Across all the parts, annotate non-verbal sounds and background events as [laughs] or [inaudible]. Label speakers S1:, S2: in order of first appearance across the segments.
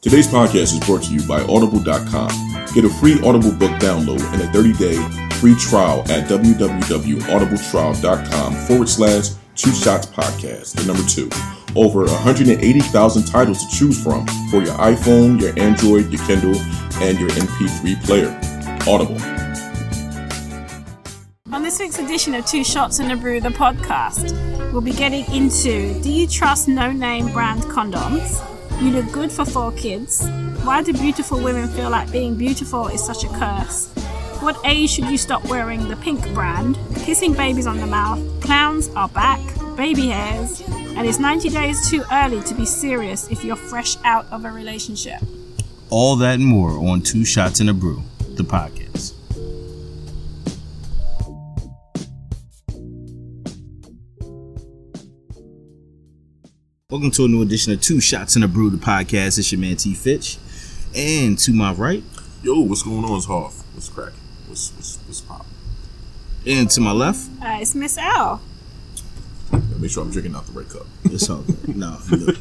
S1: Today's podcast is brought to you by Audible.com. Get a free Audible book download and a 30 day free trial at www.audibletrial.com forward slash two shots podcast, the number two. Over 180,000 titles to choose from for your iPhone, your Android, your Kindle, and your MP3 player. Audible.
S2: On this week's edition of Two Shots and a Brew, the podcast, we'll be getting into Do you trust no name brand condoms? You look good for four kids. Why do beautiful women feel like being beautiful is such a curse? What age should you stop wearing the pink brand? Kissing babies on the mouth, clowns are back, baby hairs, and it's 90 days too early to be serious if you're fresh out of a relationship.
S3: All that and more on Two Shots and a Brew, the podcast. Welcome to a new edition of Two Shots and a Brew, the podcast. It's your man T Fitch. And to my right,
S1: Yo, what's going on? It's Hoff. What's cracking? What's, what's, what's popping?
S3: and to my left,
S2: Uh, it's Miss L.
S1: Make sure I'm drinking out the right cup. [laughs]
S3: it's all good. No, look.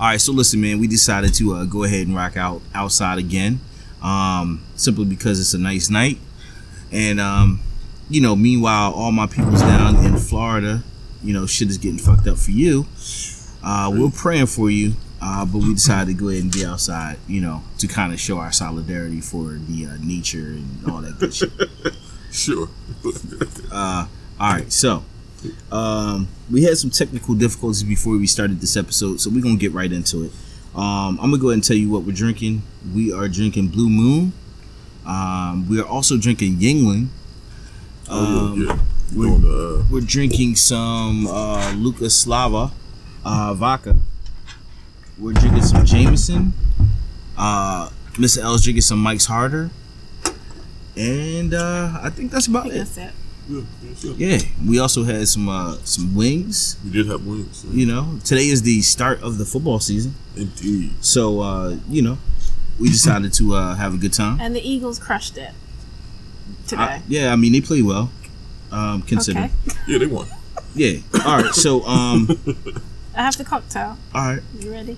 S3: All right, so listen, man, we decided to uh, go ahead and rock out outside again, um, simply because it's a nice night. And, um, you know, meanwhile, all my people's down in Florida, you know, shit is getting fucked up for you. Uh, we're praying for you, uh, but we decided to go ahead and be outside, you know, to kind of show our solidarity for the uh, nature and all that good shit.
S1: Sure.
S3: All right, so um, we had some technical difficulties before we started this episode, so we're gonna get right into it. Um, I'm gonna go ahead and tell you what we're drinking. We are drinking Blue Moon. Um, we are also drinking Yingling.
S1: oh, yeah, yeah. You
S3: we-
S1: doing the,
S3: We're drinking some uh, Luca Slava uh, vodka. We're drinking some Jameson. Uh, Miss L's drinking some Mike's Harder, and uh, I think that's
S2: I
S3: about
S2: think
S3: it.
S2: that's it.
S1: yeah, yeah, yeah.
S3: Yeah, we also had some uh, some wings.
S1: We did have wings.
S3: you know today is the start of the football season
S1: Indeed.
S3: so uh you know
S2: [laughs]
S3: we decided to uh have a good time
S2: And the Eagles crushed it today.
S3: I- yeah i mean they play well um considering
S2: okay.
S1: Yeah, they won.
S3: yeah all right so um
S2: I have the cocktail.
S3: all right
S2: You ready?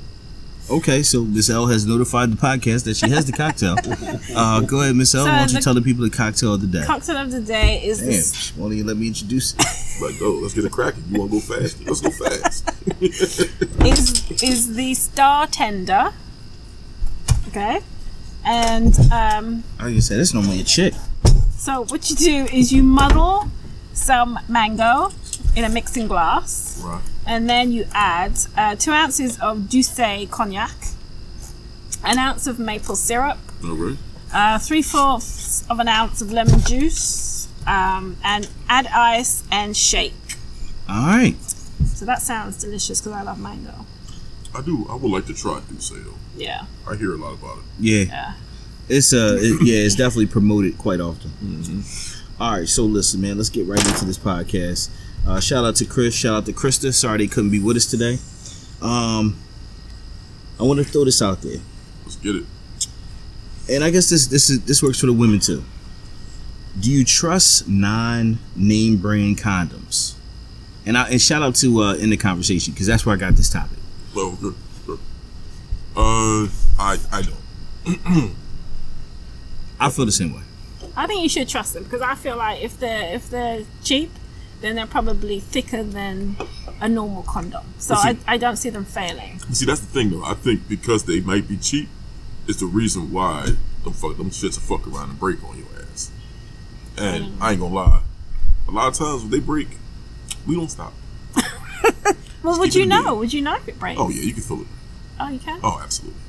S3: okay so miss l has notified the podcast that she has the
S2: [laughs]
S3: cocktail uh go ahead miss l
S2: So
S3: why don't you
S2: the-
S3: tell the people the cocktail of the day
S2: Cocktail of the day is
S3: damn
S2: this.
S3: she won't even let me introduce it
S1: Like, oh, let's get it cracking. You want to go fast? Let's go fast.
S2: is is the star tender. Okay, and um,
S3: i can say that's normally a chick
S2: so what you do is you muddle some mango in a mixing glass,
S1: [laughs] Right.
S2: and then you add uh, two ounces of Douce cognac, an ounce of maple syrup,
S1: All right.
S2: uh, three fourths of an ounce of lemon juice, um, and add ice and shake.
S3: all right
S2: So that sounds delicious because I love mango.
S1: I do. I would like to try Duce, though.
S2: Yeah.
S1: I hear a lot about it.
S3: yeah
S2: Yeah.
S3: It's uh, it, yeah, it's definitely promoted quite often. All right, so listen, man, let's get right into this podcast. Uh, shout out to Chris. Shout out to Krista. Sorry they couldn't be with us today. Um, I want to throw this out there,
S1: Let's get it.
S3: and I guess this this is this works for the women too. Do you trust non-name brand condoms? And I and shout out to uh, in the conversation because that's where I got this topic.
S1: Well, good. good. Uh, I I don't.
S3: I feel the same way.
S2: I think you should trust them because I feel like if they're if they're cheap, then they're probably thicker than a normal condom. So
S1: Listen.
S2: I, I don't see them failing.
S1: You See, that's the thing, though. I think because they might be cheap, is the reason why them fuck them shits will fuck around and break on your ass. And I ain't gonna lie, a lot of times when they break, we don't stop.
S2: Well, would you
S1: keep it in
S2: know? Would you know if it breaks?
S1: Oh yeah, you can feel it.
S2: Oh, you can.
S1: Oh, absolutely.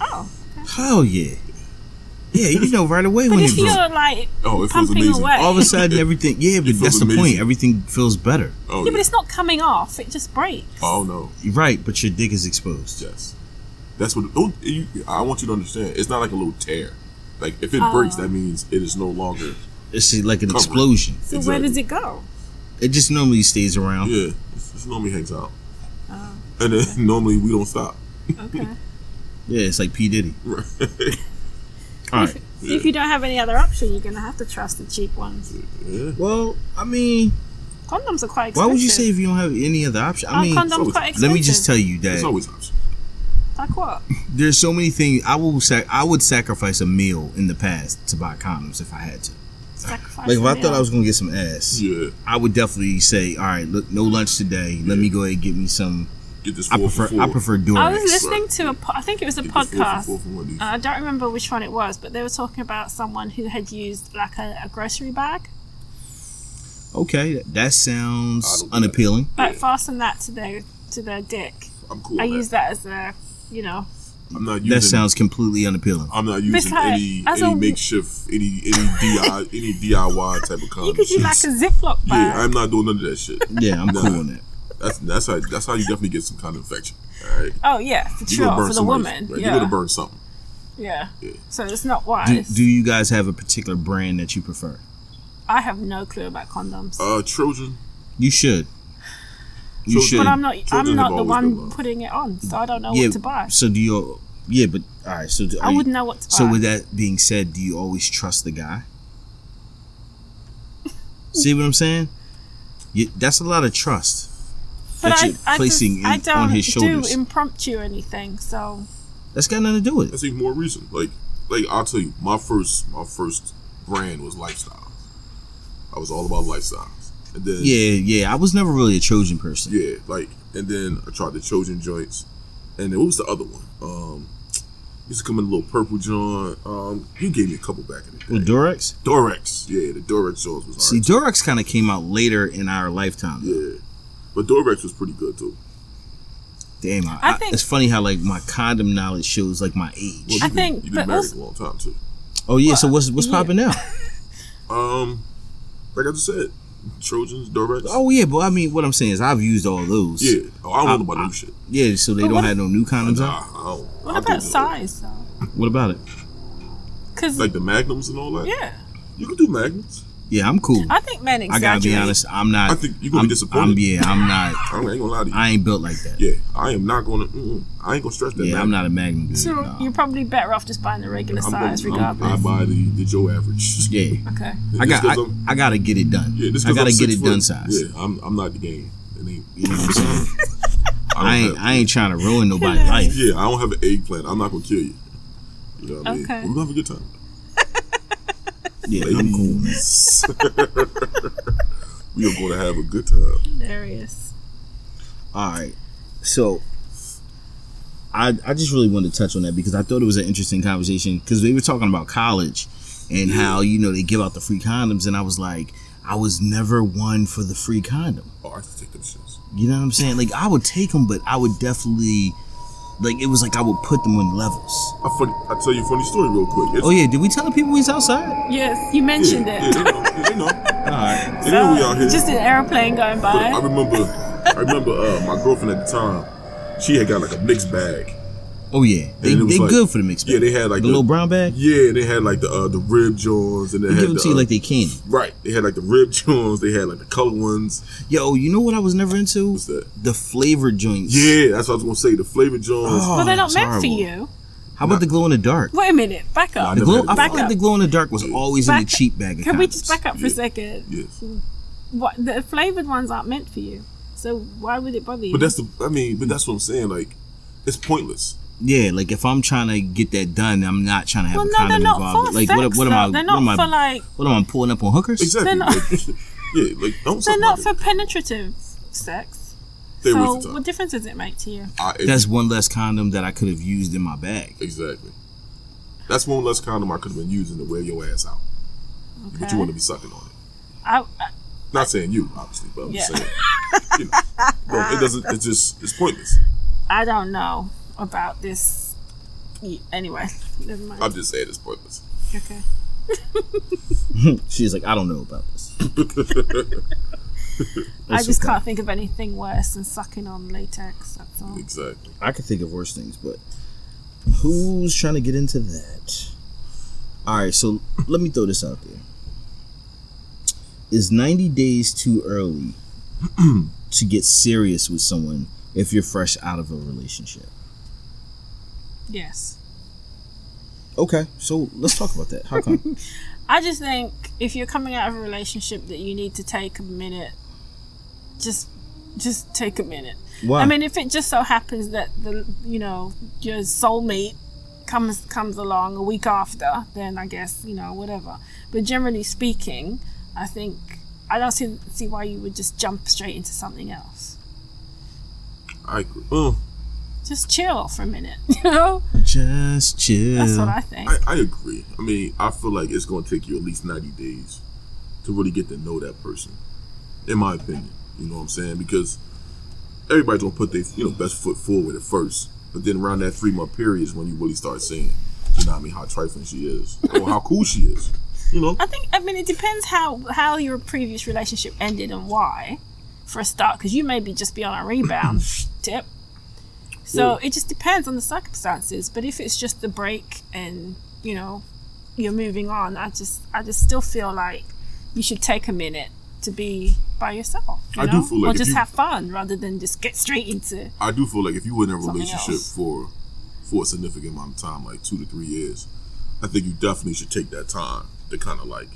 S2: Oh, okay.
S3: Hell yeah, yeah, you know right away
S2: But
S3: when
S2: if
S3: it broke.
S2: you're like
S1: Oh, it feels
S2: pumping
S1: amazing.
S2: away, [laughs]
S3: all of a sudden everything yeah but
S1: feels
S3: that's the point
S1: amazing.
S3: everything feels better
S1: Oh
S2: yeah,
S1: yeah.
S2: but it's not coming off. It just breaks.
S1: oh no.
S3: You're right but your dick is exposed
S1: Yes. That's what. Don't. You, I want you to understand. It's not like a little tear. Like if
S2: Oh.
S1: it breaks, that means it is no longer.
S3: it's just like an
S1: Covered.
S3: explosion
S2: So where
S1: Exactly.
S2: does it go?
S3: it just normally stays around
S1: Yeah, it's, it's normally hangs out. and then [laughs] normally we don't stop.
S2: Okay.
S3: Yeah, it's like p diddy
S1: Right.
S3: all right
S2: If you don't have any other option, you're gonna have to trust the cheap ones.
S1: yeah.
S3: well i mean
S2: Condoms are quite expensive.
S3: why would you say if you don't have any other option i
S2: Aren't
S3: mean
S2: condoms
S1: always-
S2: quite expensive?
S3: let me just tell you
S1: It's
S3: that
S1: always options.
S2: Like what?
S3: There's so many things I will sac- I would sacrifice a meal in the past to buy condoms if I had to.
S2: Sacrifice
S3: Like if
S2: a
S3: I thought I
S2: meal.
S3: was gonna get some ass,
S1: Yeah,
S3: I would definitely say, all right, look, no lunch today. Let me go ahead and get me some.
S1: get this.
S3: I
S1: four
S3: prefer
S1: for four.
S3: I prefer Durex.
S2: I was listening to a po- I think it was a
S1: Get this four for
S2: podcast.
S1: four from one of these.
S2: Uh, I don't remember which one it was, but they were talking about someone who had used like a, a grocery bag,
S3: okay, that, that
S1: I
S3: sounds
S1: don't do
S3: unappealing.
S2: but
S1: Yeah.
S2: fastened that to their to their dick.
S1: I'm cool.
S2: I
S1: with
S2: use that as a you know.
S1: I'm not using.
S3: That sounds completely unappealing.
S1: I'm not using
S2: Besides,
S1: any
S2: as
S1: any
S2: a-
S1: makeshift any any
S2: [laughs]
S1: DIY any DIY type of
S2: You could
S1: condoms.
S2: do like a [laughs] Ziploc
S1: yeah,
S2: bag.
S1: I'm not doing none of that shit.
S3: [laughs] Yeah, I'm
S1: Nah.
S3: cool on that.
S1: That's that's how that's how you definitely get some kind of infection. All right,
S2: oh yeah, for
S1: you're gonna
S2: sure,
S1: burn
S2: for the
S1: somebody's-
S2: woman.
S1: Right? You're
S2: Yeah.
S1: gonna burn something.
S2: yeah,
S1: Yeah.
S2: So it's not wise.
S3: Do, do you guys have a particular brand that you prefer?
S2: I have no clue about condoms,
S1: Uh, Trojan.
S3: You should. You
S1: So-
S3: should.
S2: but I'm not.
S1: children
S2: I'm
S1: have
S2: not the
S1: always
S2: one
S1: been wrong.
S2: putting it on, so I don't know
S3: yeah.
S2: what to buy.
S3: So do you? Yeah, but all right. So do,
S2: I
S3: are you-
S2: wouldn't know what to buy.
S3: So with that being said, do you always trust the guy? See what I'm saying? You, that's a lot of trust.
S2: but
S3: that
S2: I,
S3: you're
S2: I,
S3: placing
S2: just, I
S3: in-
S2: don't
S3: on his shoulders.
S2: do impromptu anything, so
S3: That's got nothing to do with it.
S1: That's even more reason. Like like I'll tell you, my first my first brand was lifestyle. I was all about lifestyles, and then
S3: Yeah, yeah. I was never really a Trojan person.
S1: Yeah, like, and then I tried the Trojan joints, and then what was the other one? Um, used to come in a little purple joint. Um, you gave me a couple back in the day.
S3: With Durex?
S1: Dorex, yeah, the Dorex joints was
S3: See,
S1: alright.
S3: Durex kind of came out later in our lifetime.
S1: yeah, but Dorex was pretty good too.
S3: Damn, I,
S2: I
S3: I-
S2: think-
S3: it's funny how like my condom knowledge shows like my age.
S1: Well,
S2: I
S1: you've been-
S2: think-
S1: you've
S2: but
S1: been married
S2: also-
S1: a long time too.
S3: Oh yeah, so what's what's
S2: yeah.
S3: popping now?
S1: Um, like I just said, Trojans, Dorex.
S3: Oh yeah, but I mean, what I'm saying is I've used all those.
S1: yeah. Oh, I don't know about
S3: I-
S1: new shit.
S3: Yeah, so they
S2: But
S3: don't
S2: what-
S3: have no new condoms
S1: Nah,
S3: out.
S1: I don't. I
S2: what
S1: don't
S2: about
S1: do that.
S2: size though?
S3: What about it?
S2: Because
S1: Like the magnums and all that.
S2: yeah,
S1: you can do magnums.
S3: Yeah, I'm cool. I,
S2: I think men exaggerate.
S3: gotta be honest, I'm not.
S1: I think you're gonna
S3: I'm,
S1: be disappointed.
S3: I'm- yeah, I'm not.
S1: I ain't gonna lie to you.
S3: I ain't built like that.
S1: yeah, I am not gonna. Mm, I ain't gonna stretch that.
S3: Yeah,
S1: magnum.
S3: I'm not a magnum dude.
S2: So
S3: nah.
S2: you're probably better off just buying the regular size,
S1: gonna-
S2: regardless.
S1: I buy the, the Joe average.
S3: Yeah,
S2: okay.
S1: Just
S3: I got.
S1: 'cause
S3: I,
S1: I'm-
S3: I gotta get it done.
S1: yeah, just
S3: I
S1: 'cause
S3: gotta
S1: I'm
S3: get
S1: six
S3: it
S1: foot.
S3: done size.
S1: Yeah, I'm, I'm not the game. It ain't,
S3: You know what I'm saying?
S1: I, don't
S3: I ain't.
S1: have,
S3: I ain't trying to
S2: [laughs]
S3: ruin nobody's [laughs] life.
S1: yeah, I don't have an eggplant. I'm not gonna kill you. You know what I mean?
S2: Okay.
S1: We're gonna have a good
S3: [laughs]
S1: time.
S3: Yeah, I'm cool. man.
S1: we are gonna have a good time.
S2: Hilarious.
S3: All right. So I I just really wanted to touch on that because I thought it was an interesting conversation because we were talking about college and how you know they give out the free condoms and I was like I was never one for the free condom.
S1: Oh, I should take them shits.
S3: You know what I'm saying? Like I would take them but I would definitely like it was like I would put them on levels.
S1: I funny. I tell you a funny story real quick. It's,
S3: Oh yeah, did we tell the people we was outside?
S2: Yes, you mentioned
S1: yeah,
S2: it.
S1: yeah, they know. They know.
S3: [laughs] All right.
S1: They know we out here.
S2: Just an airplane going
S1: But I
S3: uh,
S2: by.
S1: remember. I remember uh, my girlfriend at the time. She had got like a mixed bag.
S3: Oh yeah. They,
S1: And it was
S3: they
S1: like-
S3: good for the mixed bag.
S1: Yeah, they had like
S3: the little brown bag.
S1: Yeah, they had like the uh, the rib joints and they
S3: They
S1: had
S3: give them
S1: the,
S3: to you
S1: uh,
S3: like they can.
S1: Right. They had like the rib joints. They had like the color ones.
S3: Yo, you know what I was never into?
S1: What's that?
S3: The flavored joints.
S1: Yeah, that's what I was gonna say. The flavor joints.
S3: Oh,
S2: Well, they're not
S3: it's
S2: meant for
S3: horrible.
S2: you.
S3: How about the glow in the dark?
S2: Wait a minute, back up.
S1: I
S3: The glow,
S1: never
S3: I
S1: had it.
S3: felt
S2: Back
S3: like
S2: up.
S3: the glow in the dark was always in
S2: Back
S3: the cheap bag. Of
S2: Can we
S3: condoms.
S2: just back up for a second?
S1: Yes.
S2: What the flavored ones aren't meant for you, so why would it bother you?
S1: But that's the. I mean, but that's what I'm saying. Like, it's pointless.
S3: Yeah, like if I'm trying to get that done, I'm not trying to have
S2: well,
S3: a
S2: no, they're
S3: condom
S2: not
S3: involved.
S2: for
S3: Like
S2: sex.
S3: what, what am I?
S2: though. They're
S3: what
S2: not
S3: am I?
S2: for like.
S3: what am I pulling up on hookers?
S1: Exactly.
S2: They're not-
S1: like, [laughs] yeah. Like don't.
S2: They're
S1: suck my
S2: not
S1: dick.
S2: for penetrative sex.
S1: They
S2: so
S1: waste the time.
S2: what difference does it make to you?
S1: I, it-
S3: That's one less condom that I could have used in my bag.
S1: exactly. That's one less condom I could have been using to wear your ass out. But
S2: Okay.
S1: you want to be sucking on it.
S2: I, I,
S1: Not saying you, obviously, but I'm just
S2: Yeah.
S1: saying. You know, no, it doesn't. It's just. It's pointless.
S2: I don't know about this. y- Anyway, never mind.
S1: I'm just saying it's pointless.
S2: okay.
S3: She's like, I don't know about this.
S2: I
S3: It's
S2: just
S3: okay.
S2: can't think of anything worse than sucking on latex. That's all.
S1: Exactly.
S3: I could think of worse things, but who's trying to get into that? All right, so let me throw this out there. Is 90 days too early [clears throat] to get serious with someone if you're fresh out of a relationship?
S2: Yes.
S3: Okay, so let's talk about that.
S2: [laughs]
S3: How come?
S2: I just think if you're coming out of a relationship that you need to take a minute, just just take a minute.
S3: Why?
S2: I mean, if it just so happens that the you know your soulmate comes comes along a week after, then I guess you know whatever. But generally speaking, I think I don't see see why you would just jump straight into something else.
S1: I agree. Mm. Well,
S2: Just chill for a minute, [laughs] you know.
S3: just chill.
S2: That's what I think.
S1: I, I agree. I mean, I feel like it's going to take you at least 90 days to really get to know that person, in my opinion. You know what I'm saying? Because everybody's going to put their you know, best foot forward at first. But then around that three month period is when you really start seeing, you know what I mean, how trifling she is or how cool she is. You know?
S2: I think I mean it depends how how your previous relationship ended and why, for a start, because you maybe just be on a
S1: [clears throat]
S2: rebound tip. So
S1: Yeah.
S2: it just depends on the circumstances. But if it's just the break and you know you're moving on, I just I just still feel like you should take a minute to be by yourself. You
S1: I do
S2: know?
S1: feel like
S2: or
S1: if
S2: just
S1: you-
S2: have fun rather than just get straight into.
S1: I do feel like if you were in a relationship
S2: else.
S1: for for a significant amount of time, like two to three years, I think you definitely should take that time to kind of like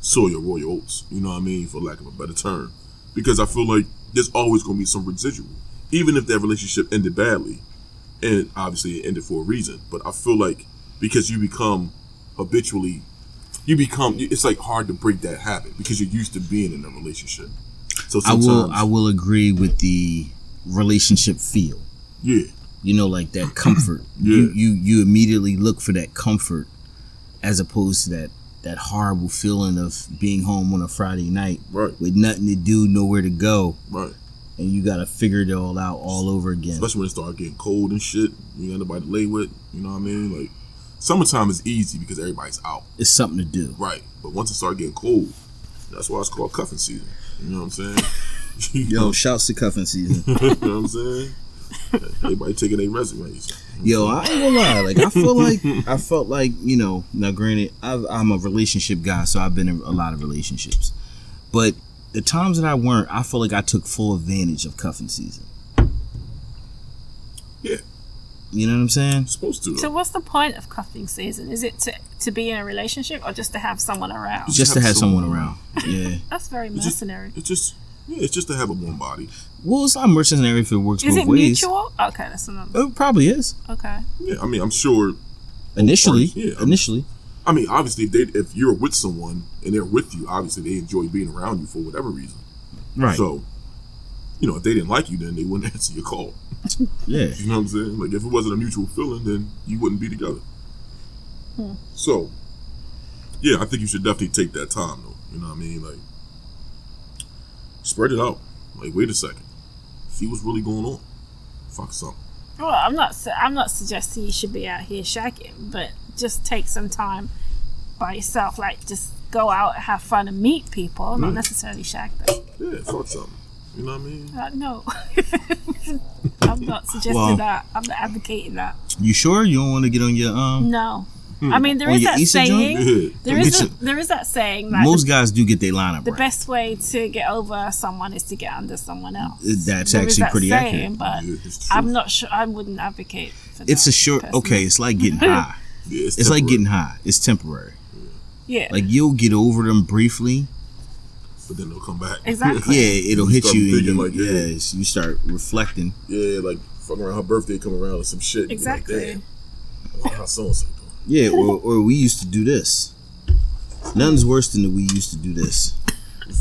S1: sow your royal oats. You know what I mean, for lack of a better term, because I feel like there's always going to be some residual, even if that relationship ended badly, and obviously it ended for a reason. But I feel like because you become habitually, you become it's like hard to break that habit because you're used to being in a relationship. So
S3: I
S1: sometimes,
S3: will I will agree with the relationship feel.
S1: yeah,
S3: You know, like that comfort.
S1: [clears throat] Yeah.
S3: You you you immediately look for that comfort as opposed to that that horrible feeling of being home on a Friday night
S1: right,
S3: with nothing to do, nowhere to go,
S1: right.
S3: and you gotta figure it all out all over again.
S1: especially when it started getting cold and shit. You got nobody to lay with. You know what I mean? Like summertime is easy because everybody's out,
S3: It's something to do.
S1: right? But once it started getting cold, that's why it's called cuffing season. You know what I'm saying? [laughs] you, know,
S3: Yo, shouts to cuffing season.
S1: what I'm saying? Everybody taking their resumes.
S3: Yo, I ain't gonna lie. Like I feel
S1: [laughs]
S3: like I felt like you know. Now, granted, I've, I'm a relationship guy, so I've been in a lot of relationships. But the times that I weren't, I feel like I took full advantage of cuffing season.
S1: Yeah,
S3: You know what I'm saying?
S1: supposed to.
S2: So
S1: Though.
S2: what's the point of cuffing season? Is it to to be in a relationship or just to have someone around?
S3: Just to
S1: have
S3: have someone
S1: someone
S3: around.
S1: [laughs]
S3: Yeah.
S2: That's very
S1: It's just-
S2: mercenary.
S1: It's just yeah, it's just to have a warm body.
S3: Well, it's not mercenary if it works
S2: Is
S3: both
S2: it
S3: ways.
S2: mutual? Okay, that's another.
S3: It probably is
S2: Okay.
S1: Yeah, I mean, I'm sure.
S3: initially.
S1: parties, yeah.
S3: Initially,
S1: I mean, obviously, if they if you're with someone and they're with you, obviously they enjoy being around you for whatever reason.
S3: right?
S1: So, you know, if they didn't like you, then they wouldn't [laughs] answer your call.
S3: yeah.
S1: You know what I'm saying? Like if it wasn't a mutual feeling, then you wouldn't be together.
S2: Hmm.
S1: So, yeah, I think you should definitely take that time though. You know what I mean? Like, spread it out. Like, wait a second, see what's really going on. Fuck something.
S2: Well, I'm not. su- I'm not suggesting you should be out here shagging, but just take some time by yourself. Like, just go out, have fun, and meet people. Not
S1: Mm.
S2: necessarily shag them.
S1: Yeah, fuck something. You know what I mean?
S2: Uh, no, [laughs] I'm not suggesting
S3: Wow.
S2: that. I'm not advocating that.
S3: You sure you don't want to get on your um?
S2: No, I mean there
S3: On
S2: is
S3: Oh, your
S2: that
S3: Issa joint?
S2: saying.
S1: Yeah.
S2: There
S3: Get
S2: is a,
S3: your-
S2: there is that saying like
S3: Most guys do get their lineup
S2: the
S3: right.
S2: best way to get over someone is to get under someone else.
S3: That's
S2: There is
S3: actually
S2: that
S3: pretty
S2: saying,
S3: accurate.
S2: But
S1: Yeah, it's true.
S2: I'm not sure. I wouldn't advocate. For
S3: It's
S2: that
S3: a short.
S2: personally.
S3: Okay, it's like
S2: [laughs]
S3: getting high.
S1: yeah,
S3: It's like
S1: temporary.
S3: getting high. It's temporary.
S2: Yeah.
S3: Like you'll get over them
S2: [laughs]
S3: briefly.
S1: but then they'll come back.
S2: Exactly.
S3: Yeah, it'll hit
S1: start
S3: you. And
S1: thinking
S3: you
S1: like, yeah.
S3: yes, you start reflecting.
S1: yeah, like fucking around her birthday come around or some shit. You be
S2: Exactly.
S1: Like, Damn, I wonder how so and
S2: [laughs]
S1: so doing.
S3: Yeah, or, or we used to do this. Nothing's worse than that we used to do
S1: [laughs]
S3: this.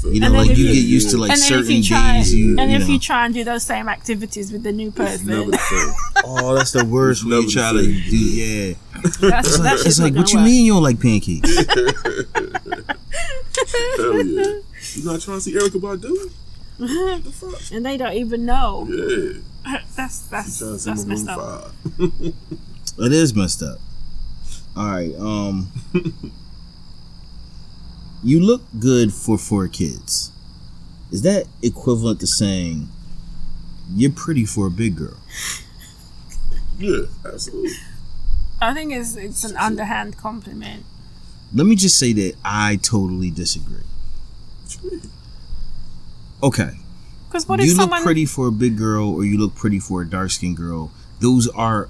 S1: feel
S3: You
S1: me?
S3: know,
S2: And then
S3: like
S2: if
S3: you
S2: you-
S3: get used to like
S2: and then if
S3: certain
S2: you try,
S3: days. You,
S2: and
S3: you
S2: if
S3: know,
S2: you try and do those same activities with the new
S1: It's never
S2: person,
S1: the same.
S3: oh, that's the worst. when
S1: Never
S3: you try to
S1: the
S3: do,
S1: same.
S3: yeah.
S2: that's,
S3: It's like,
S2: that's
S3: it's like what you mean you don't like pancakes?
S1: Hell yeah. You not trying to see Erica Badu? What the fuck?
S2: [laughs] And they don't even know. [laughs]
S1: Yeah.
S2: That's that's
S1: Trying to see
S2: that's
S1: my room
S2: messed up.
S1: five.
S3: It is messed up. All right. Um, you look good for four kids. Is that equivalent to saying you're pretty for a big girl?
S1: Yeah, absolutely.
S2: I think it's it's an underhand compliment.
S3: Let me just say that I totally disagree.
S1: What you mean?
S3: Okay.
S2: Because what
S3: you
S2: if
S3: look
S2: someone?
S3: pretty for a big girl or you look pretty for a dark skinned girl. Those are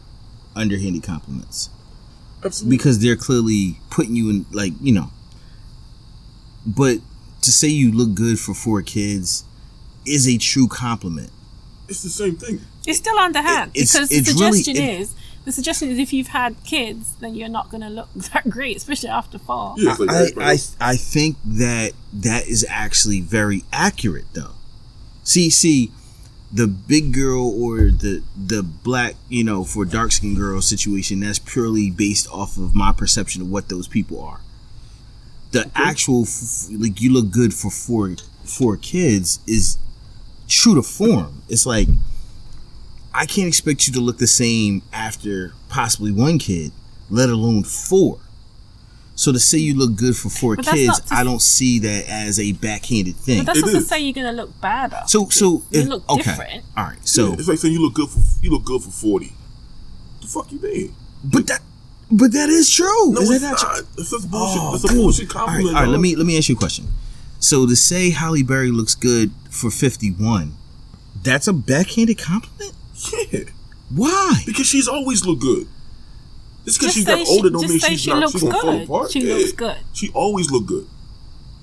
S3: underhanded compliments
S1: Absolutely.
S3: because they're clearly putting you in, like, you know. But to say you look good for four kids is a true compliment.
S1: It's the same thing.
S2: It's still underhand
S3: It- it's-
S2: because the
S3: it's really-
S2: suggestion
S3: it-
S2: is the suggestion is if you've had kids, then you're not going to look [laughs] that great, especially after four.
S1: Yeah, it's like
S3: I,
S1: everybody
S3: I
S1: else.
S3: I think that that is actually very accurate though. See, see, the big girl or the the black, you know, for dark skinned girl situation, that's purely based off of my perception of what those people are. The actual f- like you look good for four four kids is true to form. It's like I can't expect you to look the same after possibly one kid, let alone four. So to say you look good for four
S2: But that's
S3: kids,
S2: not to-
S3: I don't see that as a backhanded thing.
S2: But that's
S1: It
S2: not to
S1: is.
S2: say you're going to look bad. after
S3: So so
S2: You
S3: if-
S2: look
S3: okay,
S2: different.
S3: all right. So
S1: Yeah, it's like saying you look good for you look good for forty. The fuck you mean?
S3: but that but that is true.
S1: No,
S3: is
S1: it's
S3: that
S1: not.
S3: true?
S1: It's just bullshit.
S3: Oh,
S1: it's a
S3: dude.
S1: bullshit
S3: All right,
S1: compliment.
S3: all right. Let
S1: dog.
S3: me let me ask you a question. So to say Halle Berry looks good for fifty one, that's a backhanded compliment.
S1: Yeah,
S3: Why?
S1: because she's always looked good. It's because
S2: Just
S1: she got
S2: say she-
S1: older don't
S2: just
S1: mean
S2: say
S1: she's
S2: she
S1: not.
S2: looks
S1: She gonna fall
S2: good.
S1: apart.
S2: She
S1: yeah.
S2: looks good.
S1: She always looked good.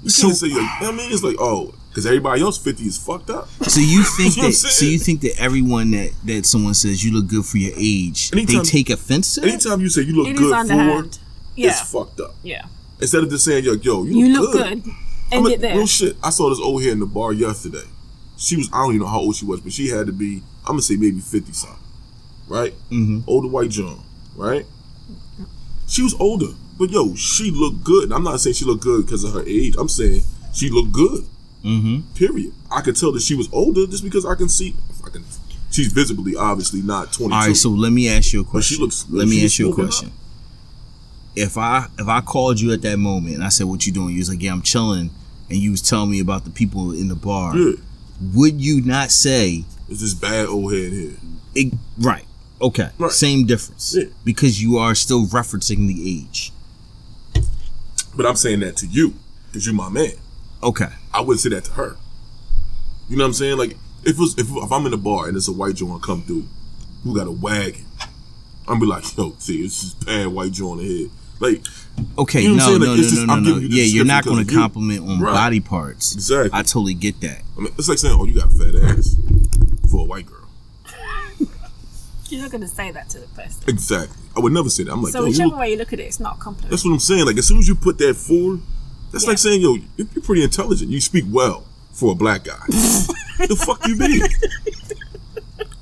S1: You
S3: So-
S1: can't say like I mean it's like oh because everybody else fifty is fucked up.
S3: So
S1: [laughs]
S3: you think
S1: You know
S3: that?
S1: what I'm
S3: So you think that everyone that that someone says you look good for your age,
S1: Anytime-
S3: they take offense to? It?
S1: Anytime you say you look
S2: [laughs] It is
S1: good for,
S2: underhand. Yeah,
S1: it's fucked up.
S2: yeah.
S1: Instead of just saying yo yo you,
S2: You look good.
S1: I'm
S2: End
S1: like,
S2: it there.
S1: Real shit. I saw this old head in the bar yesterday. She was I don't even know how old she was, but she had to be I'm gonna say maybe fifty something, right?
S3: Mhm.
S1: Older white John, right? She was older, but yo, she looked good. And I'm not saying she looked good because of her age. I'm saying she looked good.
S3: Mm-hmm.
S1: Period. I could tell that she was older just because I can see. I can. She's visibly, obviously, not 22.
S3: All right. So let me ask you a
S1: But she
S3: question.
S1: looks-
S3: let
S1: she
S3: me
S1: looks
S3: ask you a
S1: smoking
S3: question. If I if I called you at that moment and I said what you doing, you was like yeah I'm chilling, and you was telling me about the people in the bar.
S1: yeah,
S3: Would you not say
S1: it's this bad old head here.
S3: it, right? Okay,
S1: Right.
S3: same difference
S1: Yeah.
S3: because you are still referencing the age.
S1: But I'm saying that to you because you're my man.
S3: Okay,
S1: I wouldn't say that to her. You know what I'm saying? Like if it was, if, if I'm in a bar and it's a white joint come through, who got a wagon? I'm be like, yo, see, it's just bad white joint ahead. Like
S3: okay,
S1: You know
S3: no,
S1: what I'm saying?
S3: no,
S1: Like,
S3: no,
S1: it's
S3: no,
S1: just-
S3: no,
S1: I'm
S3: no.
S1: giving you the
S3: Yeah, you're not
S1: description
S3: going to
S1: because of you.
S3: compliment on
S1: Right.
S3: body parts.
S1: Exactly.
S3: I totally get that.
S1: I mean, it's like saying, oh, you got fat ass for a white girl.
S2: You're not going to say that to the person.
S1: Exactly. I would never say that. I'm like,
S2: So
S1: yo, you
S2: whichever
S1: look-
S2: way you look at it, it's not a compliment.
S1: that's what I'm saying. Like as soon as you put that forward, that's
S2: Yeah.
S1: like saying, yo, you're you're pretty intelligent. You speak well for a black guy. the fuck
S2: [laughs]
S1: you mean?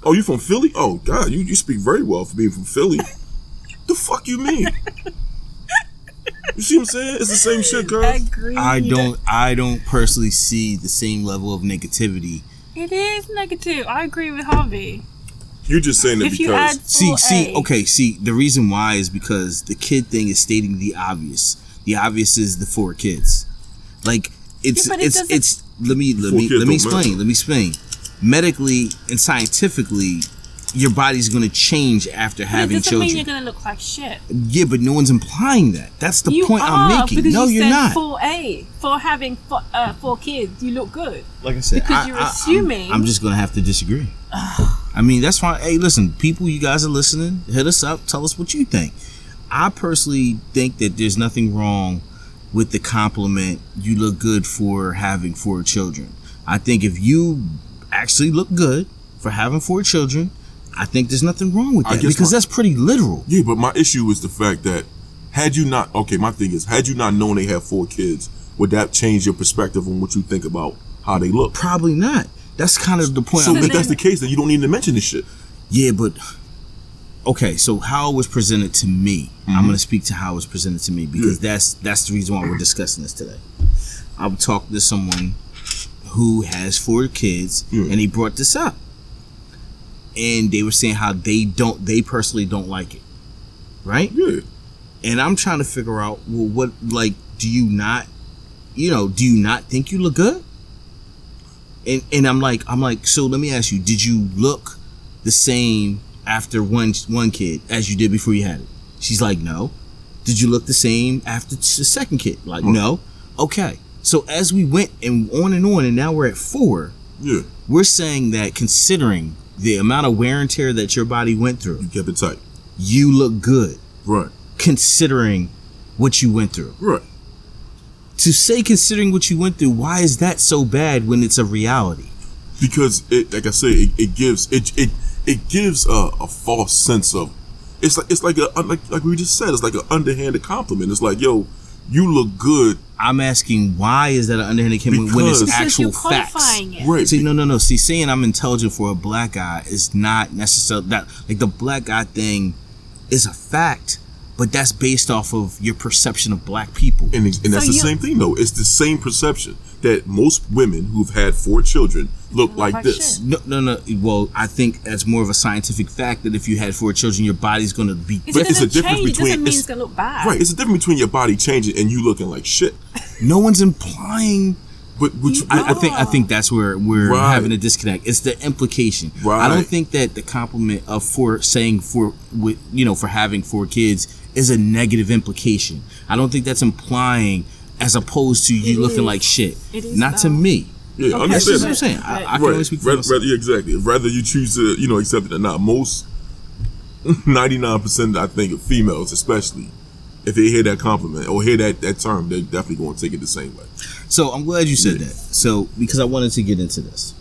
S1: Oh, you from Philly? Oh God, you, you speak very well for being from Philly. The fuck you mean? You see what I'm saying? It's the same shit, girl.
S2: Agreed.
S3: I don't. I don't personally see the same level of negativity.
S2: It is negative. I agree with Harvey.
S1: You're just saying that
S2: If you add
S1: because
S3: See,
S2: full
S3: see.
S2: A,
S3: Okay, see. The reason why is because the kid thing is stating the obvious. The obvious is the four kids. Like it's
S2: Yeah, but it
S3: it's
S2: doesn't-
S3: it's. Let me let
S1: Four
S3: me
S1: kids
S3: let me
S1: don't matter.
S3: explain. Let me explain. Medically and scientifically, your body's going to change
S2: But
S3: after
S2: it
S3: having
S2: doesn't
S3: children.
S2: mean you're going to look like shit.
S3: yeah, but no one's implying that. That's the point I'm making.
S2: because
S3: No,
S2: you
S3: you are
S2: said
S3: not.
S2: For A, for having four, uh, four kids, you look good.
S3: like I said,
S2: Because
S3: I-
S2: you're
S3: I- I'm-
S2: assuming-
S3: I'm, just gonna have to disagree. I mean, that's fine. Hey, listen, people, you guys are listening. Hit us up. Tell us what you think. I personally think that there's nothing wrong with the compliment. You look good for having four children. I think if you actually look good for having four children, I think there's nothing wrong with
S1: I
S3: that
S1: guess
S3: because
S1: my-
S3: that's pretty literal.
S1: yeah, but my issue is the fact that had you not okay, my thing is had you not known they have four kids, would that change your perspective on what you think about how they look?
S3: Probably not. That's kind of the point.
S1: So
S3: I'm
S1: if
S3: making.
S1: that's the case, then you don't need to mention this shit.
S3: Yeah, but okay. So how it was presented to me, I'm going to speak to how it was presented to me because that's that's the reason why we're discussing this today. I was talking to someone who has four kids,
S1: Yeah.
S3: and he brought this up, and they were saying how they don't, they personally don't like it, right?
S1: Yeah.
S3: And I'm trying to figure out, well, what like do you not, you know, do you not think you look good? And and I'm like, I'm like, so let me ask you, did you look the same after one one kid as you did before you had it? She's like, no. Did you look the same after the second kid? Like, no. Okay. So as we went and on and on, and now we're at four.
S1: Yeah.
S3: We're saying that considering the amount of wear and tear that your body went through,
S1: You kept it tight.
S3: you look good
S1: Right.
S3: considering what you went through.
S1: Right.
S3: To say considering what you went through, why is that so bad when it's a reality?
S1: because it, like I said, it, it gives it it it gives a, a false sense of it's like it's like a like like we just said, it's like an underhanded compliment. It's like, yo, you look good,
S3: I'm asking why is that an underhanded compliment when it's
S1: Because-
S2: Because you're
S3: actual facts?
S2: qualifying it.
S1: right?
S3: See, no, no, no. See, saying I'm intelligent for a black guy is not necessarily that. Like the black guy thing is a fact, but that's based off of your perception of black people.
S1: And, it's- and that's
S2: So
S1: the
S2: you-
S1: same thing, though. It's the same perception that most women who've had four children look like,
S2: like
S1: this.
S3: No, no, no. Well, I think that's more of a scientific fact that if you had four children, your body's going to be.
S2: It's
S1: But
S2: gonna
S1: it's a difference
S2: change.
S1: between-
S2: doesn't mean
S1: it's-
S2: it's, gonna look bad.
S1: Right. It's the difference between your body changing and you looking like shit.
S3: No one's implying.
S1: But which
S3: I, I think I think that's where we're
S1: Right.
S3: having a disconnect. It's the implication. I
S1: Right.
S3: don't think that the compliment of for saying for with you know for having four kids is a negative implication. I don't think that's implying as opposed to you
S2: It
S3: looking
S2: is.
S3: like shit.
S2: It is,
S3: Not to
S2: though.
S3: me.
S1: yeah,
S2: Okay.
S3: That's just
S1: understand.
S3: what I'm
S1: that.
S3: saying. I, I can only
S1: Right.
S3: speak for
S1: Rather,
S3: myself.
S1: rather, exactly. Rather you choose to you know accept it or not. Most [laughs] ninety nine percent, I think, of females, especially. If they hear that compliment or hear that, that term, they're definitely going to take it the same way.
S3: So I'm glad you said
S1: Yeah.
S3: that. So because I wanted to get into this.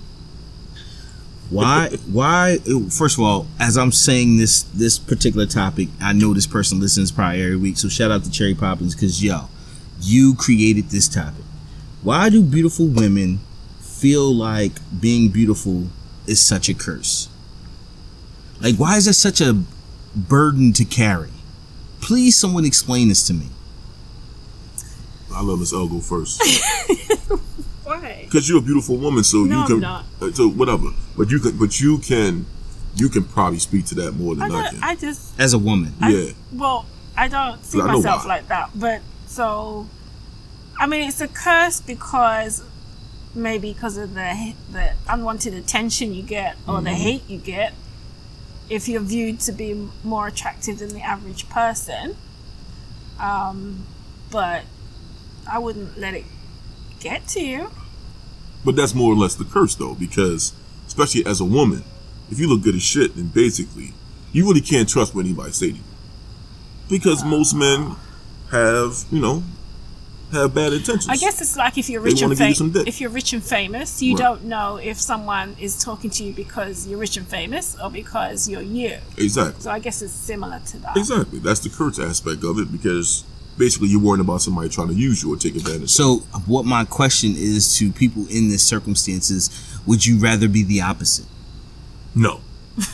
S3: Why? Why? First of all, as I'm saying this this particular topic, I know this person listens probably every week. So shout out to Cherry Poppins because yo, you created this topic. Why do beautiful women feel like being beautiful is such a curse? Like, why is that such a burden to carry? Please, someone explain this to me.
S1: I love this L
S3: [laughs]
S1: go first.
S2: Why?
S1: because you're a beautiful woman, so
S2: No,
S1: you can,
S2: I'm not.
S1: uh, so whatever. But you can, but you can, you can probably speak to that more
S2: I
S1: than I,
S2: don't.
S1: can.
S2: I just.
S3: As a woman,
S2: I-
S1: yeah,
S2: Well, I don't see
S1: I know
S2: myself
S1: why.
S2: like that, but so I mean, it's a curse because maybe because of the the unwanted attention you get or
S1: Mm-hmm.
S2: the hate you get if you're viewed to be more attractive than the average person. Um, but I wouldn't let it get to you.
S1: but that's more or less the curse though, because especially as a woman, if you look good as shit, then basically you really can't trust what anybody say to you, because most men have you know have bad intentions.
S2: I guess it's like if you're
S1: They
S2: rich
S1: wanna
S2: and
S1: give you some
S2: famous.
S1: dick.
S2: If you're rich and famous, you
S1: Right.
S2: don't know if someone is talking to you because you're rich and famous or because you're you.
S1: exactly,
S2: So I guess it's similar to that.
S1: exactly. That's the curse aspect of it because basically you're worrying about somebody trying to use you or take advantage. of
S3: So, what my question is to people in this circumstances: Would you rather be the opposite?
S1: you. No,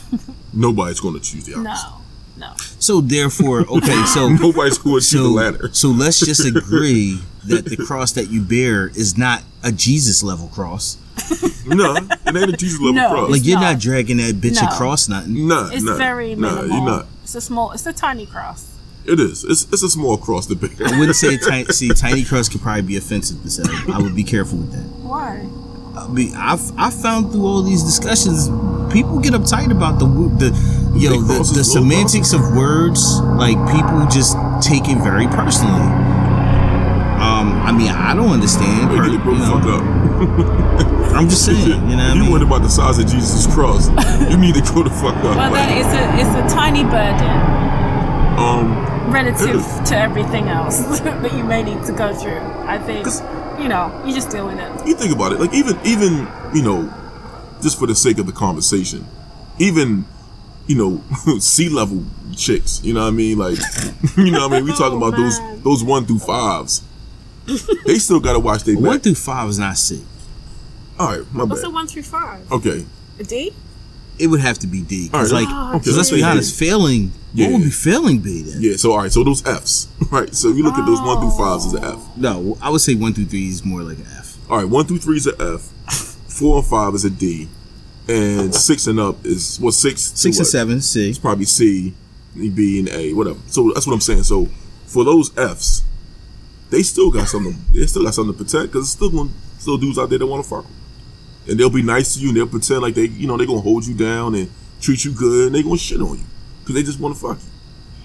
S1: [laughs] nobody's going to choose the opposite. [laughs]
S2: No, no.
S3: So, therefore, okay, so
S1: Nobody's going to choose the
S3: so
S1: latter. [laughs]
S3: so let's just agree that the cross that you bear is not a Jesus level cross.
S1: No, it ain't a Jesus level
S2: No.
S1: cross.
S3: Like
S2: It's
S3: you're not,
S2: not.
S3: dragging that bitch
S2: No.
S3: across nothing.
S1: nah,
S2: It's
S1: nah,
S2: very
S1: nah,
S2: minimal.
S1: you're not.
S2: It's a small. It's a tiny cross.
S1: It is. It's it's a small cross
S3: [laughs]
S1: to bear.
S3: I wouldn't say tiny. See, tiny cross could probably be offensive to say. I would be careful with that.
S2: Why?
S3: I mean, I've I found through all these discussions, people get uptight about the wo- the yo
S1: Big
S3: the,
S1: crosses,
S3: the
S1: little
S3: semantics of words. Like people just take it very personally. Um, I mean, I don't understand.
S1: They
S3: per-
S1: get it broke
S3: you
S1: the
S3: know,
S1: fuck up.
S3: I'm just saying. You know, what I
S1: you
S3: mean?
S1: worried about the size of Jesus'
S3: [laughs]
S1: cross. you need to grow the fuck up.
S2: Well, that
S1: like,
S2: is a. It's a tiny burden
S1: um,
S2: relative to everything else [laughs] that you may need to go through. I think.
S1: 'Cause-
S2: You know, you just deal with it.
S1: you think about it. Like even even you know, just for the sake of the conversation, even you know, [laughs] sea level chicks. You know what I mean? Like, [laughs] you know what I mean? We talking
S2: Oh,
S3: [laughs]
S1: about those
S2: man.
S1: those one through fives. they still gotta watch their
S3: One
S1: back.
S3: through five is not sick.
S1: All right,
S3: Oh,
S1: my
S2: What's
S1: bad.
S2: a one through five?
S1: Okay,
S2: A D?
S3: It would have to be D. Because
S1: All right,
S3: like,
S2: okay,
S3: because let's be
S2: yeah.
S3: honest, failing. What would
S1: Yeah.
S3: be failing be then?
S1: Yeah, so all right, so those Fs, [laughs] right? So you look at those one through fives as an F.
S3: No, I would say one through three is more like an F.
S1: All right, one through three is an F, four and five is a D, and six and up is well six, to
S3: Six and
S1: what?
S3: seven, C.
S1: It's probably C, E, B, and A, whatever. So that's what I'm saying. So for those Fs, they still got something. They still got something to protect because still going still dudes out there that want to fuck 'em. and they'll be nice to you and they'll pretend like they you know they're gonna hold you down and treat you good and they gonna shit on you because they just want to fuck you.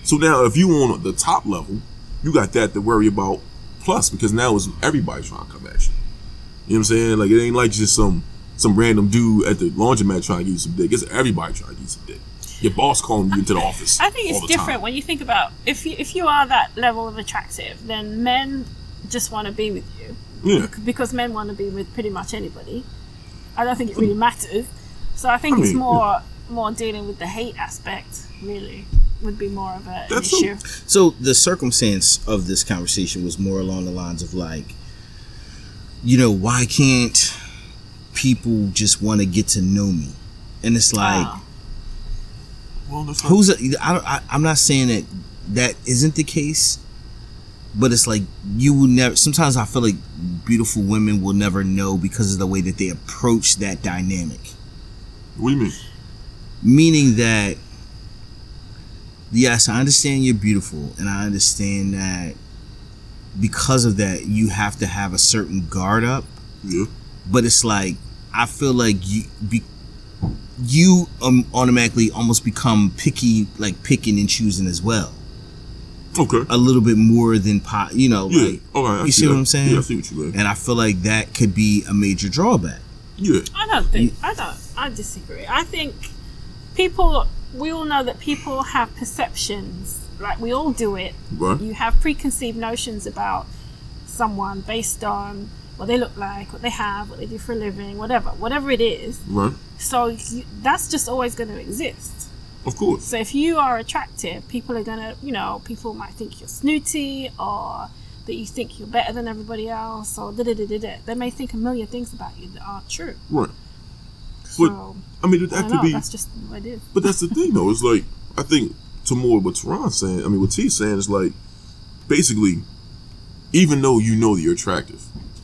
S1: So now if you on the top level, you got that to worry about. Plus, because now it's everybody trying to come at you. You know what I'm saying? Like it ain't like just some some random dude at the laundromat trying to give you some dick. It's everybody trying to give you some dick. Your boss calling you into the office.
S2: I think
S1: all
S2: it's
S1: the time.
S2: different when you think about if you, if you are that level of attractive, then men just want to be with you
S1: Yeah,
S2: because men want to be with pretty much anybody. I don't think it really matters. So I think
S1: I
S2: it's
S1: mean,
S2: more more dealing with the hate aspect. Really, would be more of a, an
S1: That's so-
S2: issue.
S3: So the circumstance of this conversation was more along the lines of like, you know, why can't people just want to get to know me? And it's like,
S2: Wow.
S1: Well, that's not,
S3: who's a, I, don't- I, I'm not saying that that isn't the case, but it's like you will never. Sometimes I feel like beautiful women will never know because of the way that they approach that dynamic.
S1: what do you mean?
S3: meaning that yes i understand you're beautiful and i understand that because of that you have to have a certain guard up
S1: Yeah,
S3: but it's like i feel like you be, you um, automatically almost become picky like picking and choosing as well
S1: okay.
S3: a little bit more than pot you know
S1: yeah,
S3: like
S1: all right. I
S3: you see
S1: that.
S3: what i'm saying
S1: Yeah, I see what you mean.
S3: and i feel like that could be a major drawback
S1: Yeah,
S2: I don't think. I don't. I disagree. I think people. We all know that people have perceptions. Like we all do it.
S1: right.
S2: You have preconceived notions about someone based on what they look like, what they have, what they do for a living, whatever, whatever it is.
S1: Right.
S2: So you, that's just always going to exist.
S1: Of course.
S2: So if you are attractive, people are going to, you know, people might think you're snooty or that you think you're better than everybody else or da da da da da. They may think a million things about you that aren't true.
S1: Right. But
S2: So
S1: I mean,
S2: I
S1: that
S2: don't
S1: could
S2: know.
S1: be.
S2: That's just what it is.
S1: But that's the thing, though. It's like I think to more what Teron's saying. I mean, what T's saying is like basically, even though you know that you're attractive,